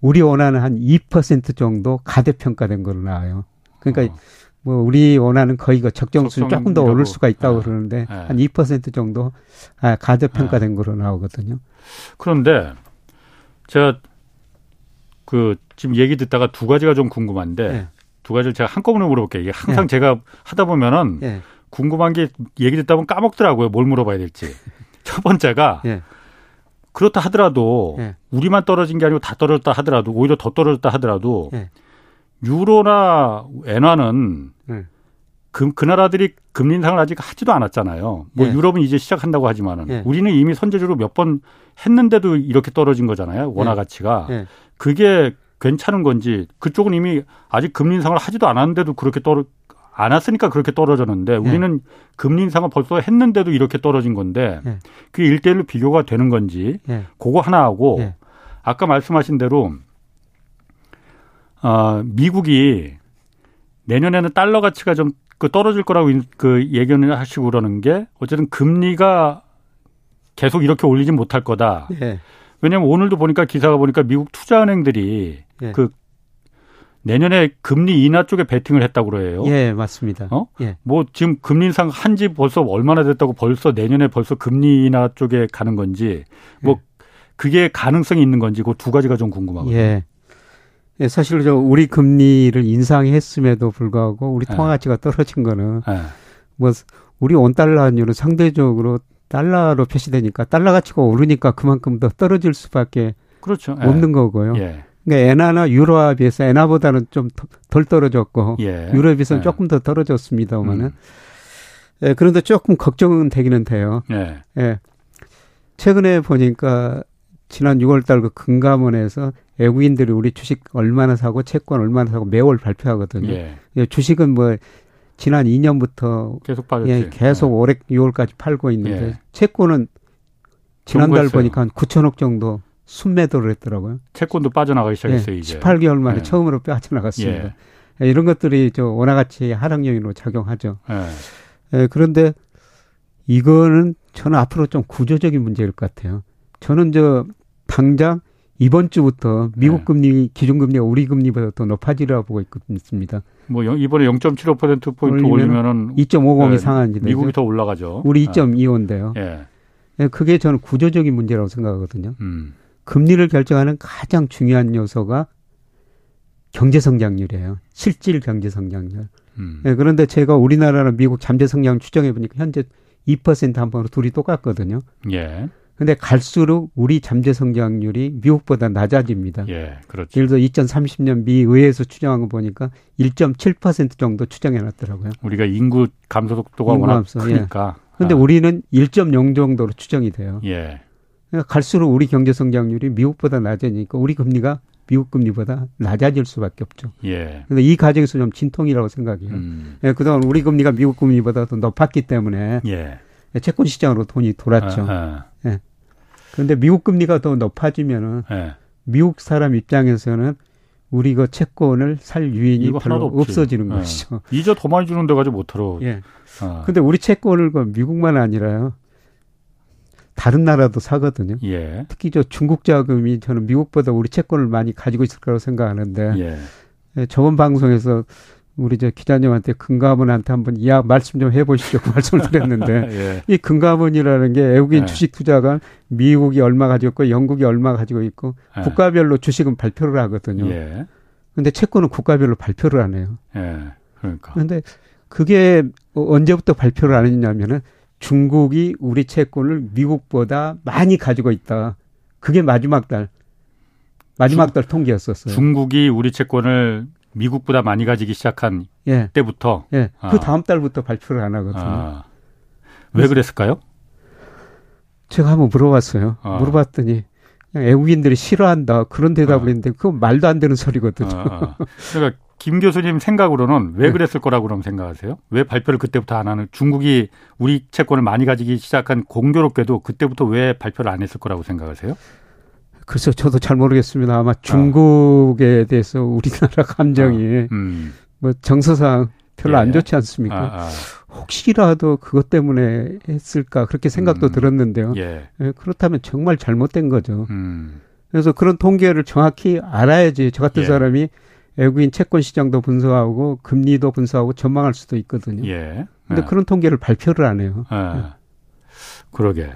S3: 우리 원화는 한 2% 정도 가대평가된 걸로 나와요. 그러니까 어. 뭐 우리 원하는 거의 그 적정 수준 조금 더 오를 수가 있다고 예. 그러는데 예. 한2% 정도 가대평가된 예. 거로 나오거든요.
S1: 그런데 제가 그 지금 얘기 듣다가 두 가지가 좀 궁금한데 예. 두 가지를 제가 한꺼번에 물어볼게요. 이게 항상 제가 하다
S3: 네.
S1: 보면은 궁금한 게 얘기 듣다 보면 까먹더라고요. 뭘 물어봐야 될지. 첫
S3: 네.
S1: 번째가 그렇다 하더라도 우리만 떨어진 게 아니고 다 떨어졌다 하더라도 오히려 더 떨어졌다 하더라도 유로나 엔화는 네. 그, 그 나라들이 금리 인상을 아직 하지도 않았잖아요. 뭐 네. 유럽은 이제 시작한다고 하지만은 네. 우리는 이미 선제적으로 몇 번 했는데도 이렇게 떨어진 거잖아요. 원화 가치가 그게 괜찮은 건지 그쪽은 이미 아직 금리 인상을 하지도 않았는데도 그렇게 떨어 않았으니까 그렇게 떨어졌는데 우리는 금리 인상을 벌써 했는데도 이렇게 떨어진 건데 그게 일대일로 비교가 되는 건지
S3: 예,
S1: 네. 그거 하나하고 아까 말씀하신 대로 어, 미국이 내년에는 달러 가치가 좀 그 떨어질 거라고 그 예견을 하시고 그러는 게 어쨌든 금리가 계속 이렇게 올리진 못할 거다.
S3: 네.
S1: 예. 왜냐하면 오늘도 보니까 기사가 보니까 미국 투자은행들이 예. 그 내년에 금리 인하 쪽에 베팅을 했다고 그래요.
S3: 예, 맞습니다.
S1: 어?
S3: 예.
S1: 뭐 지금 금리 인상 한 지 벌써 얼마나 됐다고 벌써 내년에 벌써 금리 인하 쪽에 가는 건지 뭐 그게 가능성이 있는 건지 그 두 가지가 좀 궁금하거든요.
S3: 예. 예, 사실 저 우리 금리를 인상했음에도 불구하고 우리 통화 가치가 떨어진 거는 에.
S1: 예.
S3: 뭐 우리 원 달러 환율은 상대적으로 달러로 표시되니까 달러 가치가 오르니까 그만큼 더 떨어질 수밖에
S1: 그렇죠.
S3: 없는 거고요. 예. 그러니까 엔화나 유로화 비해서 엔화보다는 좀 덜 떨어졌고 예. 유로에 비해서는 예. 조금 더 떨어졌습니다만은 음. 예, 그런데 조금 걱정은 되기는 돼요. 예. 예. 최근에 보니까 지난 6월달 그 금감원에서 외국인들이 우리 주식 얼마나 사고 채권 얼마나 사고 매월 발표하거든요. 예. 주식은 뭐 지난 2년부터
S1: 계속 팔았지.
S3: 예, 계속 예. 올해 6월까지 팔고 있는데 예. 채권은 지난달 정보했어요. 보니까 한 9천억 정도 순매도를 했더라고요.
S1: 예. 채권도 빠져나가기 시작했어요. 예, 이제. 예.
S3: 18개월 만에 처음으로 빠져나갔습니다. 예, 이런 것들이 저 원화가치 하락 요인으로 작용하죠. 예, 그런데 이거는 저는 앞으로 좀 구조적인 문제일 것 같아요. 저는 저 당장 이번 주부터 미국 네. 금리 기준 금리가 우리 금리보다 더 높아지리라 보고 있습니다.
S1: 뭐 영, 이번에 0.75% 포인트 올리면은
S3: 2.50이 네, 상한지
S1: 미국이 더 아. 올라가죠.
S3: 우리 2.25인데요. 예. 네. 그게 저는 구조적인 문제라고 생각하거든요. 음. 금리를 결정하는 가장 중요한 요소가 경제 성장률이에요. 실질 경제 성장률. 음. 그런데 제가 우리나라랑 미국 잠재 성장 추정해 보니까 현재 2%한 번으로 둘이 똑같거든요. 예. 근데 갈수록 우리 잠재 성장률이 미국보다 낮아집니다.
S1: 예, 그렇죠.
S3: 예를 들어 2030년 미 의회에서 추정한 거 보니까 1.7% 정도 추정해 놨더라고요.
S1: 우리가 인구 감소 속도가 인구 워낙 감소, 크니까.
S3: 예. 근데 아. 우리는 1.0 정도로 추정이 돼요. 예. 그러니까 갈수록 우리 경제 성장률이 미국보다 낮아지니까 우리 금리가 미국 금리보다 낮아질 수밖에 없죠. 예. 근데 이 과정에서 좀 진통이라고 생각해요. 음. 예, 그동안 우리 금리가 미국 금리보다 더 높았기 때문에 예. 채권 시장으로 돈이 돌았죠. 아, 아. 예. 그런데 미국 금리가 더 높아지면은 예. 미국 사람 입장에서는 우리 그 채권을 살 유인이 별로 없어지는 예. 것이죠.
S1: 이자 더 많이 주는데 가지고 못하러. 예.
S3: 아. 근데 우리 채권을 그 미국만 아니라요. 다른 나라도 사거든요. 예. 특히 저 중국 자금이 저는 미국보다 우리 채권을 많이 가지고 있을 거라고 생각하는데 예. 저번 방송에서 우리 저 기자님한테 금감원한테 한번 이야 말씀 좀 해보시죠 그 (laughs) 말씀을
S1: 아,
S3: 드렸는데 예. 이 금감원이라는 게 외국인 예. 주식 투자가 미국이 얼마 가지고 있고 영국이 얼마 가지고 있고
S1: 아.
S3: 예. 국가별로 주식은 발표를 하거든요.
S1: 예.
S3: 그런데 채권은 국가별로 발표를 안 해요.
S1: 그러니까.
S3: 그런데 그게 언제부터 발표를 안 했냐면은 중국이 우리 채권을 미국보다 많이 가지고 있다. 그게 마지막 달 마지막 중, 달 통계였었어요.
S1: 중국이 우리 채권을 미국보다 많이 가지기 시작한 예. 때부터
S3: 아. 예. 아. 그렇죠. 그 다음 달부터 발표를 안 하거든요. 아.
S1: 왜 그랬을까요?
S3: 제가 한번 물어봤어요. 아. 물어봤더니 그냥 애국인들이 싫어한다 그런 대답을 했는데 그건 말도 안 되는 소리거든요.
S1: 아, 아. 그러니까 김 교수님 생각으로는
S3: 네.
S1: 왜 그랬을 거라고 그럼 생각하세요? 왜 발표를 그때부터 안 하는 중국이 우리 채권을 많이 가지기 시작한 공교롭게도 그때부터 왜 발표를 안 했을 거라고 생각하세요?
S3: 글쎄 저도 잘 모르겠습니다. 아. 아마 중국에 대해서 우리나라 (laughs) 감정이 음. 뭐 정서상 별로 예. 안 좋지 않습니까? 아, 아. 혹시라도 그것 때문에 했을까 그렇게 생각도 음.
S1: 아.
S3: 들었는데요. 예. 예, 그렇다면 정말 잘못된 거죠. 음. 그래서 그런 통계를 정확히 알아야지 저 같은 사람이 외국인 채권 시장도 분석하고 금리도 분석하고 전망할 수도 있거든요. 예. 근데 네. 그런 통계를 발표를 안 해요.
S1: 예. 그러게.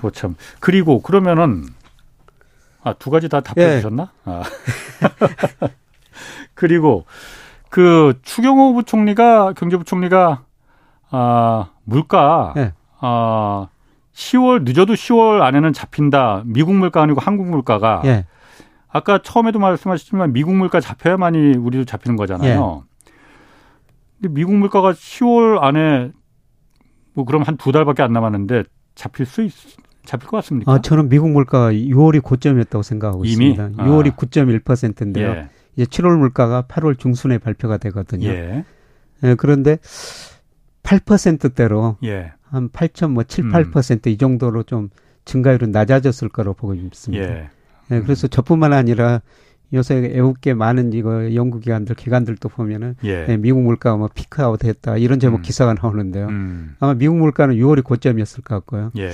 S1: 뭐 참. 그리고 그러면은 아, 두 가지 다
S3: 예.
S1: 답해 주셨나? 아. (laughs) 그리고 그 추경호 부총리가 경제부총리가 아 물가
S3: 예.
S1: 네. 아 10월 늦어도 10월 안에는 잡힌다. 미국 물가 아니고 한국 물가가
S3: 예.
S1: 네. 아까 처음에도 말씀하셨지만 미국 물가 잡혀야만이 우리도 잡히는 거잖아요.
S3: 예.
S1: 네. 근데 미국 물가가 10월 안에 뭐 그럼 한 두 달밖에 안 남았는데 잡힐 수 있, 잡힐 것 같습니까?
S3: 아 저는 미국 물가 6월이 고점이었다고 생각하고 이미? 있습니다. 6월이 아. 9.1%인데요. 예. 이제 7월 물가가 8월 중순에 발표가 되거든요. 예. 예 그런데 8%대로 예. 한 8.7, 8%이 음. 정도로 좀 증가율은 낮아졌을 거로 보고 있습니다. 예. 예 그래서 음. 저뿐만 아니라 요새 애국계 많은 이거 연구 기관들 기관들도 보면은 예. 미국 물가가 뭐 피크아웃 했다 이런 제목 음. 기사가 나오는데요.
S1: 음.
S3: 아마 미국 물가는 6월이 고점이었을 것 같고요. 예.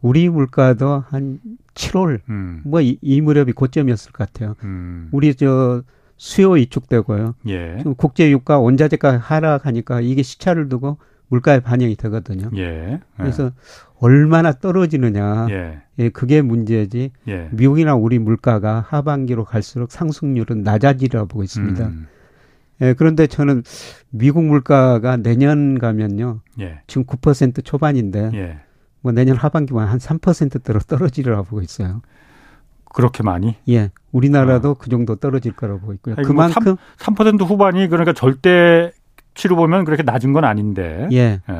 S3: 우리 물가도 한 7월
S1: 음.
S3: 뭐이 이 무렵이 고점이었을 것 같아요. 우리 저 수요 이축되고요. 예. 국제 유가 원자재가 하락하니까 이게 시차를 두고 물가에 반영이 되거든요. 예. 예. 그래서 얼마나 떨어지느냐. 예. 그게 문제지.
S1: 예. 음.
S3: 미국이나 우리 물가가 하반기로 갈수록 상승률은 낮아지라 보고 있습니다. 음. 예, 그런데 저는 미국 물가가 내년 가면요.
S1: 예.
S3: 지금 9% 초반인데 뭐 내년 하반기만 한 3%대로 떨어지라 보고 있어요.
S1: 그렇게 많이?
S3: 예. 우리나라도 어. 그 정도 떨어질 거라고 보고 있고요. 아니, 그만큼 뭐
S1: 3, 3% 후반이 그러니까 절대치로 보면 그렇게 낮은 건 아닌데.
S3: 예. 예.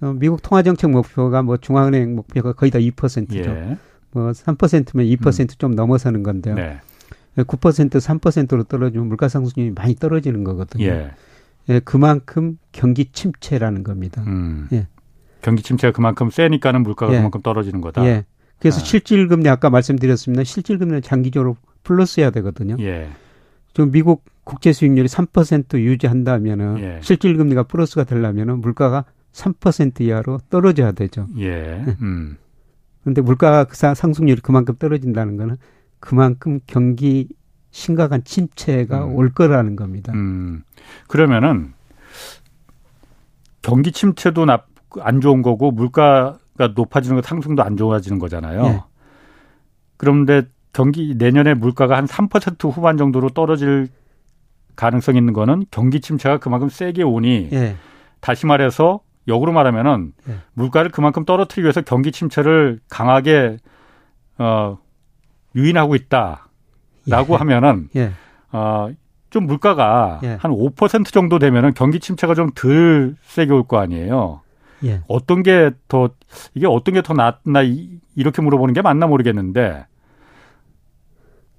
S3: 어, 미국 통화 정책 목표가 뭐 중앙은행 목표가 거의 다 2%죠. 예. 뭐 3%면 2%좀 음. 넘어서는 건데요. 네. 9% 3%로 떨어지면 물가 상승률이 많이 떨어지는 거거든요. 예. 예. 그만큼 경기 침체라는 겁니다. 음.
S1: 예. 경기 침체가 그만큼 세니까는 물가가 그만큼 떨어지는 거다.
S3: 예. 그래서 아. 실질금리 아까 말씀드렸습니다. 실질금리는 장기적으로 플러스해야 되거든요. 예. 지금 미국 국제 수익률이 3% 유지한다면은 예. 실질금리가 플러스가 되려면은 물가가 3% 이하로 떨어져야 되죠. 예. 음. 그런데 물가 상승률이 그만큼 떨어진다는 거는 그만큼 경기 심각한 침체가 음. 올 거라는 겁니다. 음.
S1: 그러면은 경기 침체도 나, 안 좋은 거고 물가 그러니까 높아지는 거 상승도 안 좋아지는 거잖아요. 예. 그런데 경기 내년에 물가가 한 3% 후반 정도로 떨어질 가능성 있는 거는 경기 침체가 그만큼 세게 오니 예. 다시 말해서 역으로 말하면은 예. 물가를 그만큼 떨어뜨리기 위해서 경기 침체를 강하게 어 유인하고
S3: 예.
S1: 있다라고 하면은 어좀 물가가 예. 한5% 정도 되면은 경기 침체가 좀 덜 세게 올 거 아니에요. 예. 어떤 게 더 이게 어떤 게 더 낫나 이, 렇게 물어보는 게 맞나 모르겠는데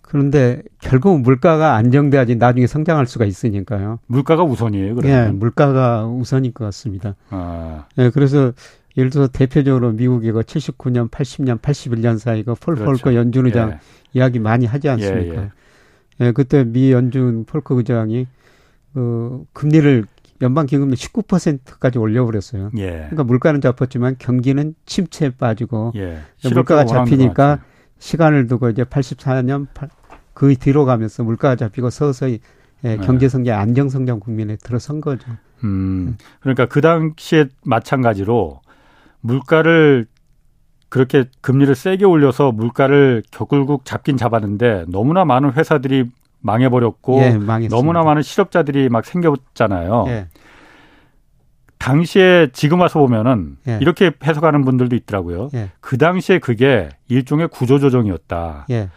S3: 그런데 결국 물가가 안정돼야지 나중에 성장할 수가 있으니까요.
S1: 물가가 우선이에요,
S3: 그러면. 예, 물가가 우선일 것 같습니다. 아. 예, 그래서 예를 들어서 대표적으로 미국이고 79년, 80년, 81년 사이고 폴폴커 그렇죠. 연준 의장 예. 이야기 많이 하지 않습니까? 예, 그때 미 연준 폴커 의장이 어, 금리를 연방 기금리 19%까지 올려버렸어요. 예. 그러니까 물가는 잡혔지만 경기는 침체에 빠지고 예. 물가가 잡히니까 시간을 두고 이제 84년 그 뒤로 가면서 물가가 잡히고 서서히
S1: 네.
S3: 예, 경제 성장 안정 성장 국면에 들어선 거죠.
S1: 음, 그러니까 그 당시에 마찬가지로 물가를 그렇게 금리를 세게 올려서 물가를 격굴국 잡긴 잡았는데 너무나 많은 회사들이 망해버렸고 예, 너무나 많은 실업자들이 막 생겼잖아요. 예. 당시에 지금 와서 보면은 예. 이렇게 해석하는 분들도 있더라고요.
S3: 예,
S1: 그 당시에 그게 일종의 구조조정이었다.
S3: 예,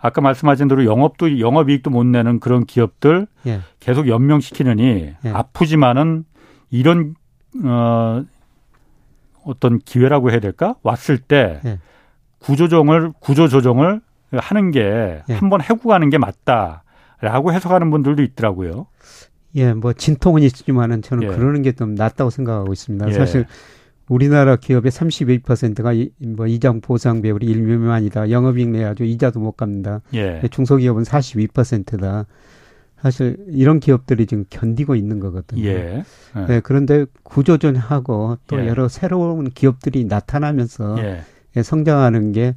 S1: 아까 말씀하신 대로 영업도 영업이익도 못 내는 그런 기업들
S3: 예.
S1: 계속 연명시키느니 아프지만은 이런 어 어떤 기회라고 해야 될까? 왔을 때 예. 구조조정을 구조조정을 하는 게 예. 한번 해고 가는 게 맞다라고 해석하는 분들도 있더라고요.
S3: 예, 뭐 진통은 있지만은
S1: 예.
S3: 저는 그러는 게 좀 낫다고 생각하고 있습니다. 사실 우리나라 기업의 32%가 이, 뭐 이장 보상 배율이 1미만이다. 영업이익 내야죠. 이자도 못 갚는다.
S1: 네.
S3: 예. 중소기업은 42%다. 사실 이런 기업들이 지금 견디고 있는 거거든요. 예. 예. 네, 그런데 구조조정하고 또
S1: 예.
S3: 여러 새로운 기업들이 나타나면서 예, 성장하는 게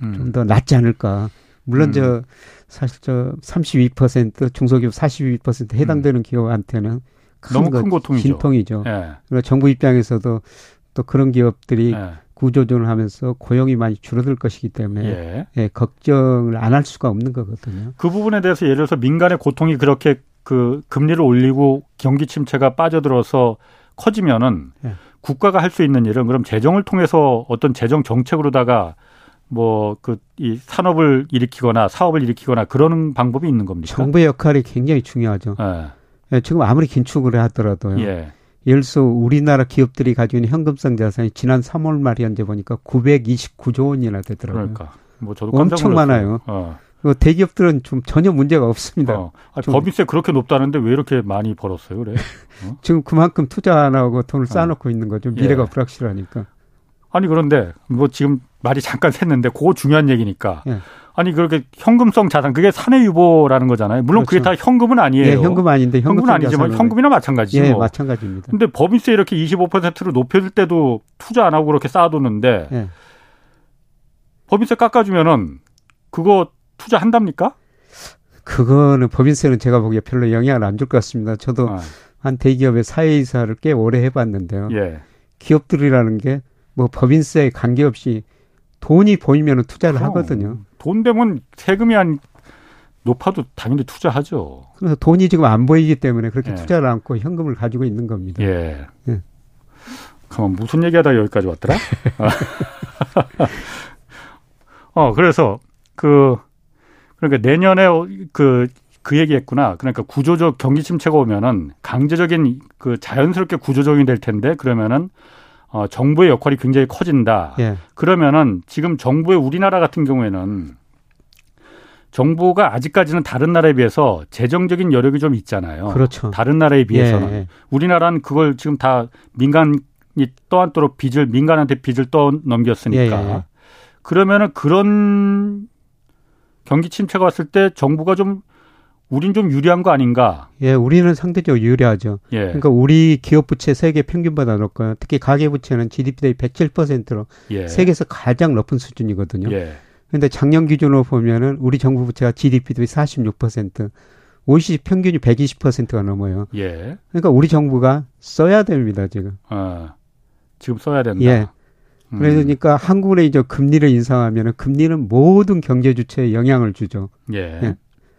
S3: 좀더 음. 낫지 않을까. 물론 음. 저 사실 저 32% 중소기업 42% 해당되는 음. 기업한테는
S1: 큰 너무 거, 큰 고통이죠.
S3: 진통이죠. 예. 그리고 정부 입장에서도 또 그런 기업들이 예. 구조조정을 하면서 고용이 많이 줄어들 것이기 때문에 예. 예 걱정을 안 할 수가 없는 거거든요.
S1: 그 부분에 대해서 예를 들어서 민간의 고통이 그렇게 그 금리를 올리고 경기 침체가 빠져들어서 커지면은
S3: 예.
S1: 국가가 할 수 있는 일은 그럼 재정을 통해서 어떤 재정 정책으로다가 뭐 그 이 산업을 일으키거나 사업을 일으키거나 그러는 방법이 있는 겁니까? 예.
S3: 정부의 역할이 굉장히 중요하죠. 예, 지금 아무리 긴축을 하더라도요. 예. 예를 들어 우리나라 기업들이 가지고 있는 현금성 자산이 지난 3월 말 현재 보니까 929조 원이나 되더라고요.
S1: 그러니까 뭐 저도
S3: 엄청 많아요. 어. 대기업들은 좀 전혀 문제가 없습니다. 어.
S1: 아니, 법인세 그렇게 높다는데 왜 이렇게 많이 벌었어요, 그래?
S3: 어? 지금 그만큼 투자 안 하고
S1: 어.
S3: 돈을 쌓아놓고 있는 거죠. 미래가 예. 불확실하니까.
S1: 아니 그런데 뭐 지금 말이 잠깐 샜는데 그거 중요한 얘기니까. 예. 아니 그렇게 현금성 자산 그게 사내 유보라는 거잖아요. 물론 그렇죠. 그게다 현금은 아니에요.
S3: 예, 현금 아닌데 현금
S1: 은 아니지만 현금이나 마찬가지죠.
S3: 예, 뭐. 마찬가지입니다.
S1: 근데 법인세 이렇게 25%로 높여줄 때도 투자 안 하고 그렇게 쌓아두는데 예. 법인세 깎아주면은 그거 투자한답니까?
S3: 그거는 법인세는 제가 보기에 별로 영향을 안 줄 것 같습니다. 저도
S1: 어.
S3: 아. 한 대기업의 사회이사를 꽤 오래 해봤는데요. 예. 기업들이라는 게 뭐 법인세에 관계없이 돈이 보이면 투자를 그럼. 하거든요.
S1: 돈 되면 세금이 안 높아도 당연히 투자하죠.
S3: 그래서 돈이 지금 안 보이기 때문에 그렇게 예. 투자를 않고 현금을 가지고 있는 겁니다.
S1: 예. 예. 가만 무슨 얘기하다 여기까지 왔더라? (laughs) 어 그래서 그 그러니까 내년에 그그 그 얘기했구나. 그러니까 구조적 경기 침체가 오면은 강제적인 그 자연스럽게 구조적이 될 텐데 그러면은 어, 정부의 역할이 굉장히 커진다. 예. 그러면은 지금 정부의 우리나라 같은 경우에는 정부가 아직까지는 다른 나라에 비해서 재정적인 여력이 좀 있잖아요.
S3: 그렇죠.
S1: 어, 다른 나라에 비해서는 예, 예. 우리나라는 그걸 지금 다 민간이 떠안도록 빚을 민간한테 빚을
S3: 예,
S1: 떠넘겼으니까 그러면은 그런 경기 침체가 왔을 때 정부가 좀 우린 좀 유리한 거 아닌가?
S3: 예, 우리는 상대적으로 유리하죠. 예. 그러니까 우리 기업 부채 세계 평균보다 높고요. 특히 가계 부채는 GDP 대비 107%로 예. 세계에서 가장 높은 수준이거든요. 그런데 예. 작년 기준으로 보면은 우리 정부 부채가 GDP 대비 46%, OECD 평균이 120%가 넘어요.
S1: 예.
S3: 그러니까 우리 정부가 써야 됩니다, 지금.
S1: 아, 지금 써야 된다. 예.
S3: 음. 그러니까 한국의 이제 금리를 인상하면은 금리는 모든 경제 주체에 영향을 주죠. 예.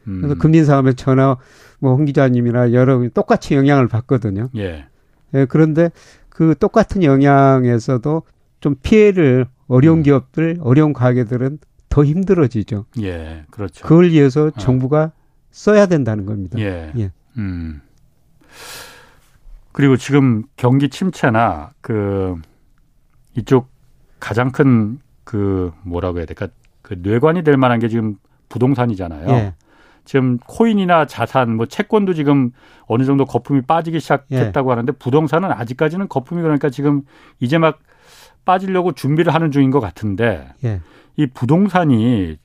S1: 음,
S3: 그래서 금리 인상하면 전화 뭐홍 기자님이나 여러 분 똑같이 영향을 받거든요. 예. 예. 그런데 그 똑같은 영향에서도 좀 피해를 어려운 음. 기업들, 어려운 가게들은 더 힘들어지죠.
S1: 예, 그렇죠.
S3: 그걸 위해서 정부가 아. 써야 된다는 겁니다.
S1: 예. 예. 음. 그리고 지금 경기 침체나 그 이쪽 가장 큰 그 뭐라고 해야 될까? 그 뇌관이 될 만한 게 지금 부동산이잖아요. 예. 지금 코인이나 자산 뭐 채권도 지금 어느 정도 거품이 빠지기 시작했다고 예. 하는데 부동산은 아직까지는 거품이 그러니까 지금 이제 막 빠지려고 준비를 하는 중인 것 같은데 예. 이 부동산이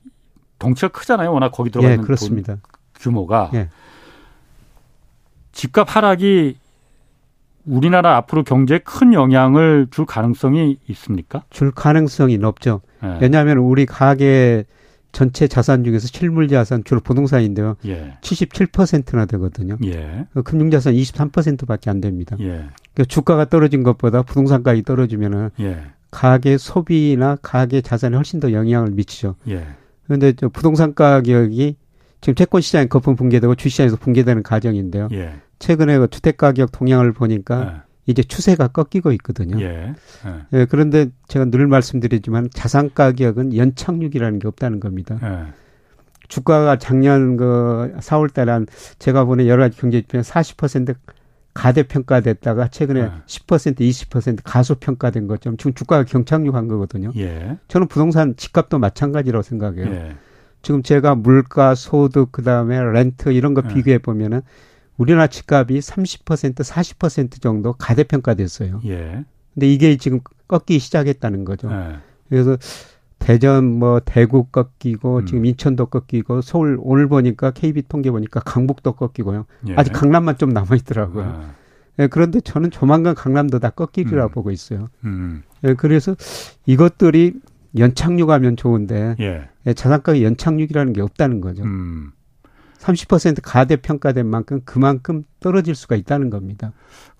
S1: 덩치가 크잖아요. 워낙 거기 들어가 있는
S3: 예, 그렇습니다.
S1: 규모가
S3: 예.
S1: 집값 하락이 우리나라 앞으로 경제에 큰 영향을 줄 가능성이 있습니까?
S3: 줄 가능성이 높죠.
S1: 예.
S3: 왜냐하면 우리 가게 전체 자산 중에서 실물 자산 주로 부동산인데요. 예. 77%나 되거든요. 예.
S1: 음.
S3: 금융 자산 23%밖에 안 됩니다. 예. 그러니까 주가가 떨어진 것보다 부동산 가격이 떨어지면은
S1: 예.
S3: 가계 소비나 가계 자산에 훨씬 더 영향을 미치죠.
S1: 예.
S3: 그런데 저 부동산 가격이 지금 채권 시장이 거품 붕괴되고 주시장에서 붕괴되는 과정인데요.
S1: 예.
S3: 최근에 그 주택 가격 동향을 보니까 이제 추세가 꺾이고 있거든요. 예, 예. 예, 그런데 제가 늘 말씀드리지만 자산 가격은 연착륙이라는 게 없다는 겁니다. 예. 주가가 작년 그 4월 달에 한 제가 보는 여러 가지 경제 지표는 40% 가대평가됐다가 최근에 네. 10% 20% 가소평가된 것처럼 지금 주가가 경착륙한 거거든요.
S1: 예.
S3: 저는 부동산 집값도 마찬가지라고 생각해요.
S1: 네.
S3: 예. 지금 제가 물가, 소득, 그 다음에 렌트 이런 거 예. 비교해 보면은 우리나라 집값이 30% 40% 정도 가대평가됐어요.
S1: 예.
S3: 근데 이게 지금 꺾기 시작했다는 거죠. 그래서 대전 뭐 대구 꺾이고 음. 지금 인천도 꺾이고 서울 오늘 보니까 KB 통계 보니까 강북도 꺾이고요. 예. 아직 강남만 좀 남아 있더라고요. 아. 예, 그런데 저는 조만간 강남도 다 꺾이리라 음. 보고 있어요.
S1: 음.
S3: 예, 그래서 이것들이 연착륙하면 좋은데
S1: 예.
S3: 예, 자산가의 연착륙이라는 게 없다는 거죠.
S1: 음.
S3: 30% 가대평가된 만큼 그만큼 떨어질 수가 있다는 겁니다.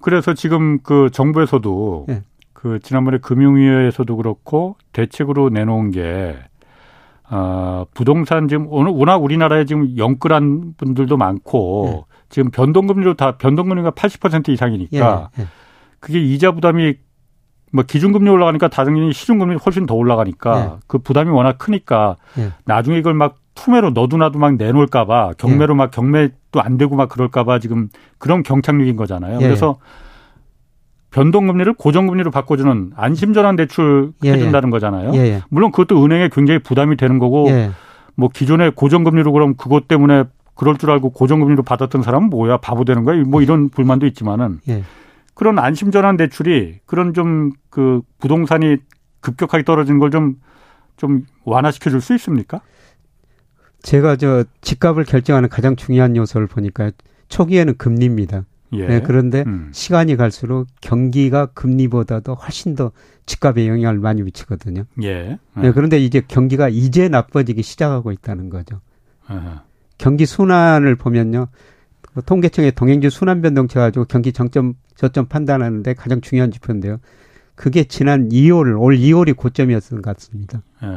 S1: 그래서 지금 그 정부에서도
S3: 예.
S1: 그 지난번에 금융위원회에서도 그렇고 대책으로 내놓은 게 아, 부동산 지금 오늘 워낙 우리나라에 지금 영끌한 분들도 많고 네. 지금 변동금리로 다 변동금리가 80% 이상이니까
S3: 예. 예, 예.
S1: 그게 이자 부담이 뭐 기준금리 올라가니까 다중이 시중금리 훨씬 더 올라가니까 예. 그 부담이 워낙 크니까 나중에 이걸 막 투매로 너도나도 막 내놓을까봐 경매로 막 경매도 안 되고 막 그럴까봐 지금 그런 경착륙인 거잖아요. 그래서 변동금리를 고정금리로 바꿔주는 안심전환 대출 예, 해준다는 예. 거잖아요.
S3: 예,
S1: 물론 그것도 은행에 굉장히 부담이 되는 거고 뭐 기존의 고정금리로 그럼 그것 때문에 그럴 줄 알고 고정금리로 받았던 사람은 뭐야 바보 되는 거야 뭐 이런 불만도 있지만은
S3: 예.
S1: 그런 안심전환 대출이 그런 좀 그 부동산이 급격하게 떨어진 걸 좀 좀 완화시켜 줄 수 있습니까?
S3: 제가 저 집값을 결정하는 가장 중요한 요소를 보니까 초기에는 금리입니다.
S1: 예.
S3: 네, 그런데 음. 시간이 갈수록 경기가 금리보다도 훨씬 더 집값에 영향을 많이 미치거든요.
S1: 예.
S3: 음. 네, 그런데 이제 경기가 이제 나빠지기 시작하고 있다는 거죠.
S1: 음.
S3: 경기 순환을 보면요. 통계청의 동행주 순환 변동체 가지고 경기 정점 저점 판단하는데 가장 중요한 지표인데요. 그게 지난 2월 올 2월이 고점이었던 것 같습니다.
S1: 예.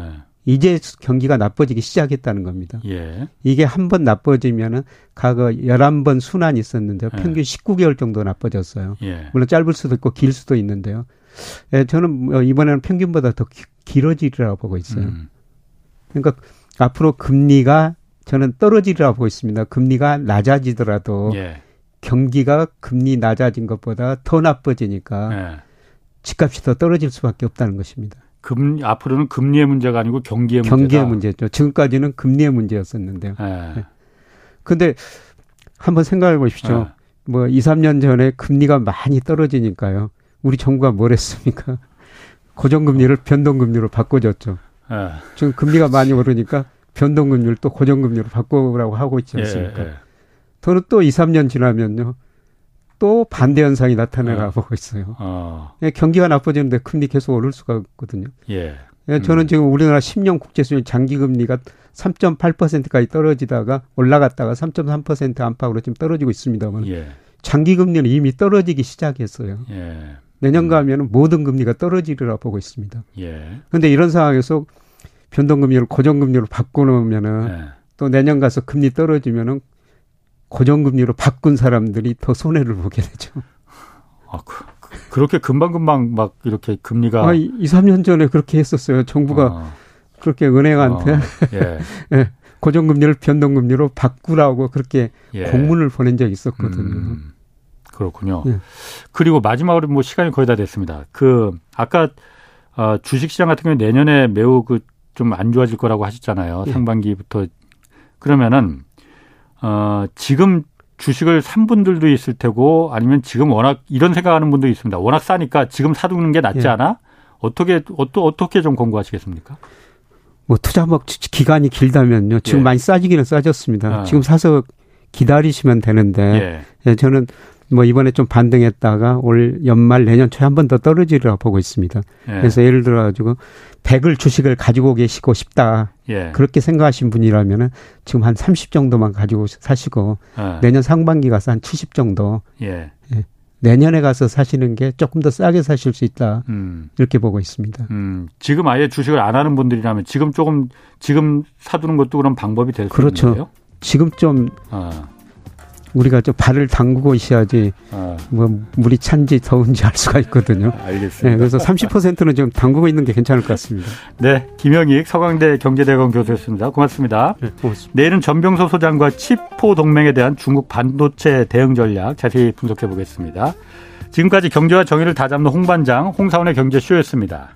S3: 이제 경기가 나빠지기 시작했다는 겁니다.
S1: 예.
S3: 이게 한 번 나빠지면은 과거 11번 순환이 있었는데요. 평균 예. 19개월 정도 나빠졌어요.
S1: 예.
S3: 물론 짧을 수도 있고 길 수도 있는데요. 예, 저는 이번에는 평균보다 더 기, 길어지리라고 보고 있어요. 음. 그러니까 앞으로 금리가 저는 떨어지리라고 보고 있습니다. 금리가 낮아지더라도
S1: 예.
S3: 경기가 금리 낮아진 것보다 더
S1: 예.
S3: 나빠지니까 집값이 더 떨어질 수밖에 없다는 것입니다.
S1: 금 앞으로는 금리의 문제가 아니고 경기의 문제다. 예.
S3: 경기의 문제죠. 네, 지금까지는 금리의 문제였었는데요. 그런데 네. 한번 생각해 보십시오.
S1: 예.
S3: 에. 뭐 2, 3년 전에 금리가 많이 떨어지니까요. 우리 정부가 뭘 했습니까? 고정금리를 변동금리로 바꿔줬죠.
S1: 에.
S3: 지금 금리가 많이 오르니까 변동금리를 또 고정금리로 바꾸라고 하고 있지 않습니까? 예, 예. 저는 또 2, 3년 지나면요. 또 반대 현상이 나타나가 어. 보고 있어요. 예,
S1: 어.
S3: 경기가 나빠지는데 금리 계속 오를 수가 없거든요.
S1: 예.
S3: 저는 음. 지금 우리나라 10년 국제수익 장기금리가 3.8%까지 떨어지다가 올라갔다가 3.3% 안팎으로 지금 떨어지고 있습니다만
S1: 예.
S3: 장기금리는 이미 떨어지기 시작했어요.
S1: 예.
S3: 내년 가면 은 모든 금리가 떨어지리라 보고 있습니다.
S1: 예.
S3: 그런데 이런 상황에서 변동금리를 고정금리로
S1: 예.
S3: 바꿔놓으면은 또 내년 가서 금리 떨어지면은 고정금리로 바꾼 사람들이 더 손해를 보게 되죠.
S1: 아, 그, 그렇게 금방금방 막 이렇게 금리가.
S3: 아, 2, 3년 전에 그렇게 했었어요. 정부가 어. 그렇게 은행한테 어,
S1: 예.
S3: 예, 고정금리를 변동금리로 바꾸라고 그렇게 예. (laughs) 공문을 보낸 적이 있었거든요. 음,
S1: 그렇군요.
S3: 예.
S1: 그리고 마지막으로 뭐 시간이 거의 다 됐습니다. 그 아까 어, 주식시장 같은 경우 내년에 매우 그 좀 안 좋아질 거라고
S3: 예.
S1: 하셨잖아요. 상반기부터 그러면은 어, 지금 주식을 산 분들도 있을 테고 아니면 지금 워낙 이런 생각하는 분도 있습니다. 워낙 싸니까 지금 사두는 게 낫지 예. 않아? 어떻게 어떠, 어떻게 좀 권고하시겠습니까?
S3: 뭐 투자 막 기간이 길다면요. 지금 예. 많이 싸지기는 싸졌습니다. 아. 지금 사서 기다리시면 되는데
S1: 예.
S3: 저는 뭐 이번에 좀 반등했다가 올 연말 내년 초에 한 번 더 떨어지리라 보고 있습니다. 그래서 예를 들어 가지고 100을 주식을 가지고 계시고 싶다.
S1: 예.
S3: 그렇게 생각하신 분이라면은 지금 한 30 정도만 가지고 사시고
S1: 네.
S3: 예. 내년 상반기 가서 한 70 정도.
S1: 어. 예.
S3: 내년에 가서 사시는 게 조금 더 싸게 사실 수 있다.
S1: 음.
S3: 이렇게 보고 있습니다.
S1: 음. 지금 아예 주식을 안 하는 분들이라면 지금 조금 지금 사두는 것도 그런 방법이 될수
S3: 그렇죠.
S1: 있는데요.
S3: 지금 좀
S1: 아.
S3: 우리가 좀 발을 담그고 있어야지 아. 뭐 물이 찬지 더운지 알 수가 있거든요.
S1: 알겠습니다.
S3: 네, 그래서 30%는 지금 담그고 있는 게 괜찮을 것 같습니다.
S1: 네, 김영익 서강대 경제대학원 교수였습니다. 고맙습니다.
S3: 네, 고맙습니다.
S1: 내일은 전병서 소장과 치포 동맹에 대한 중국 반도체 대응 전략 자세히 분석해 보겠습니다. 지금까지 경제와 정의를 다잡는 홍반장 홍사원의 경제쇼였습니다.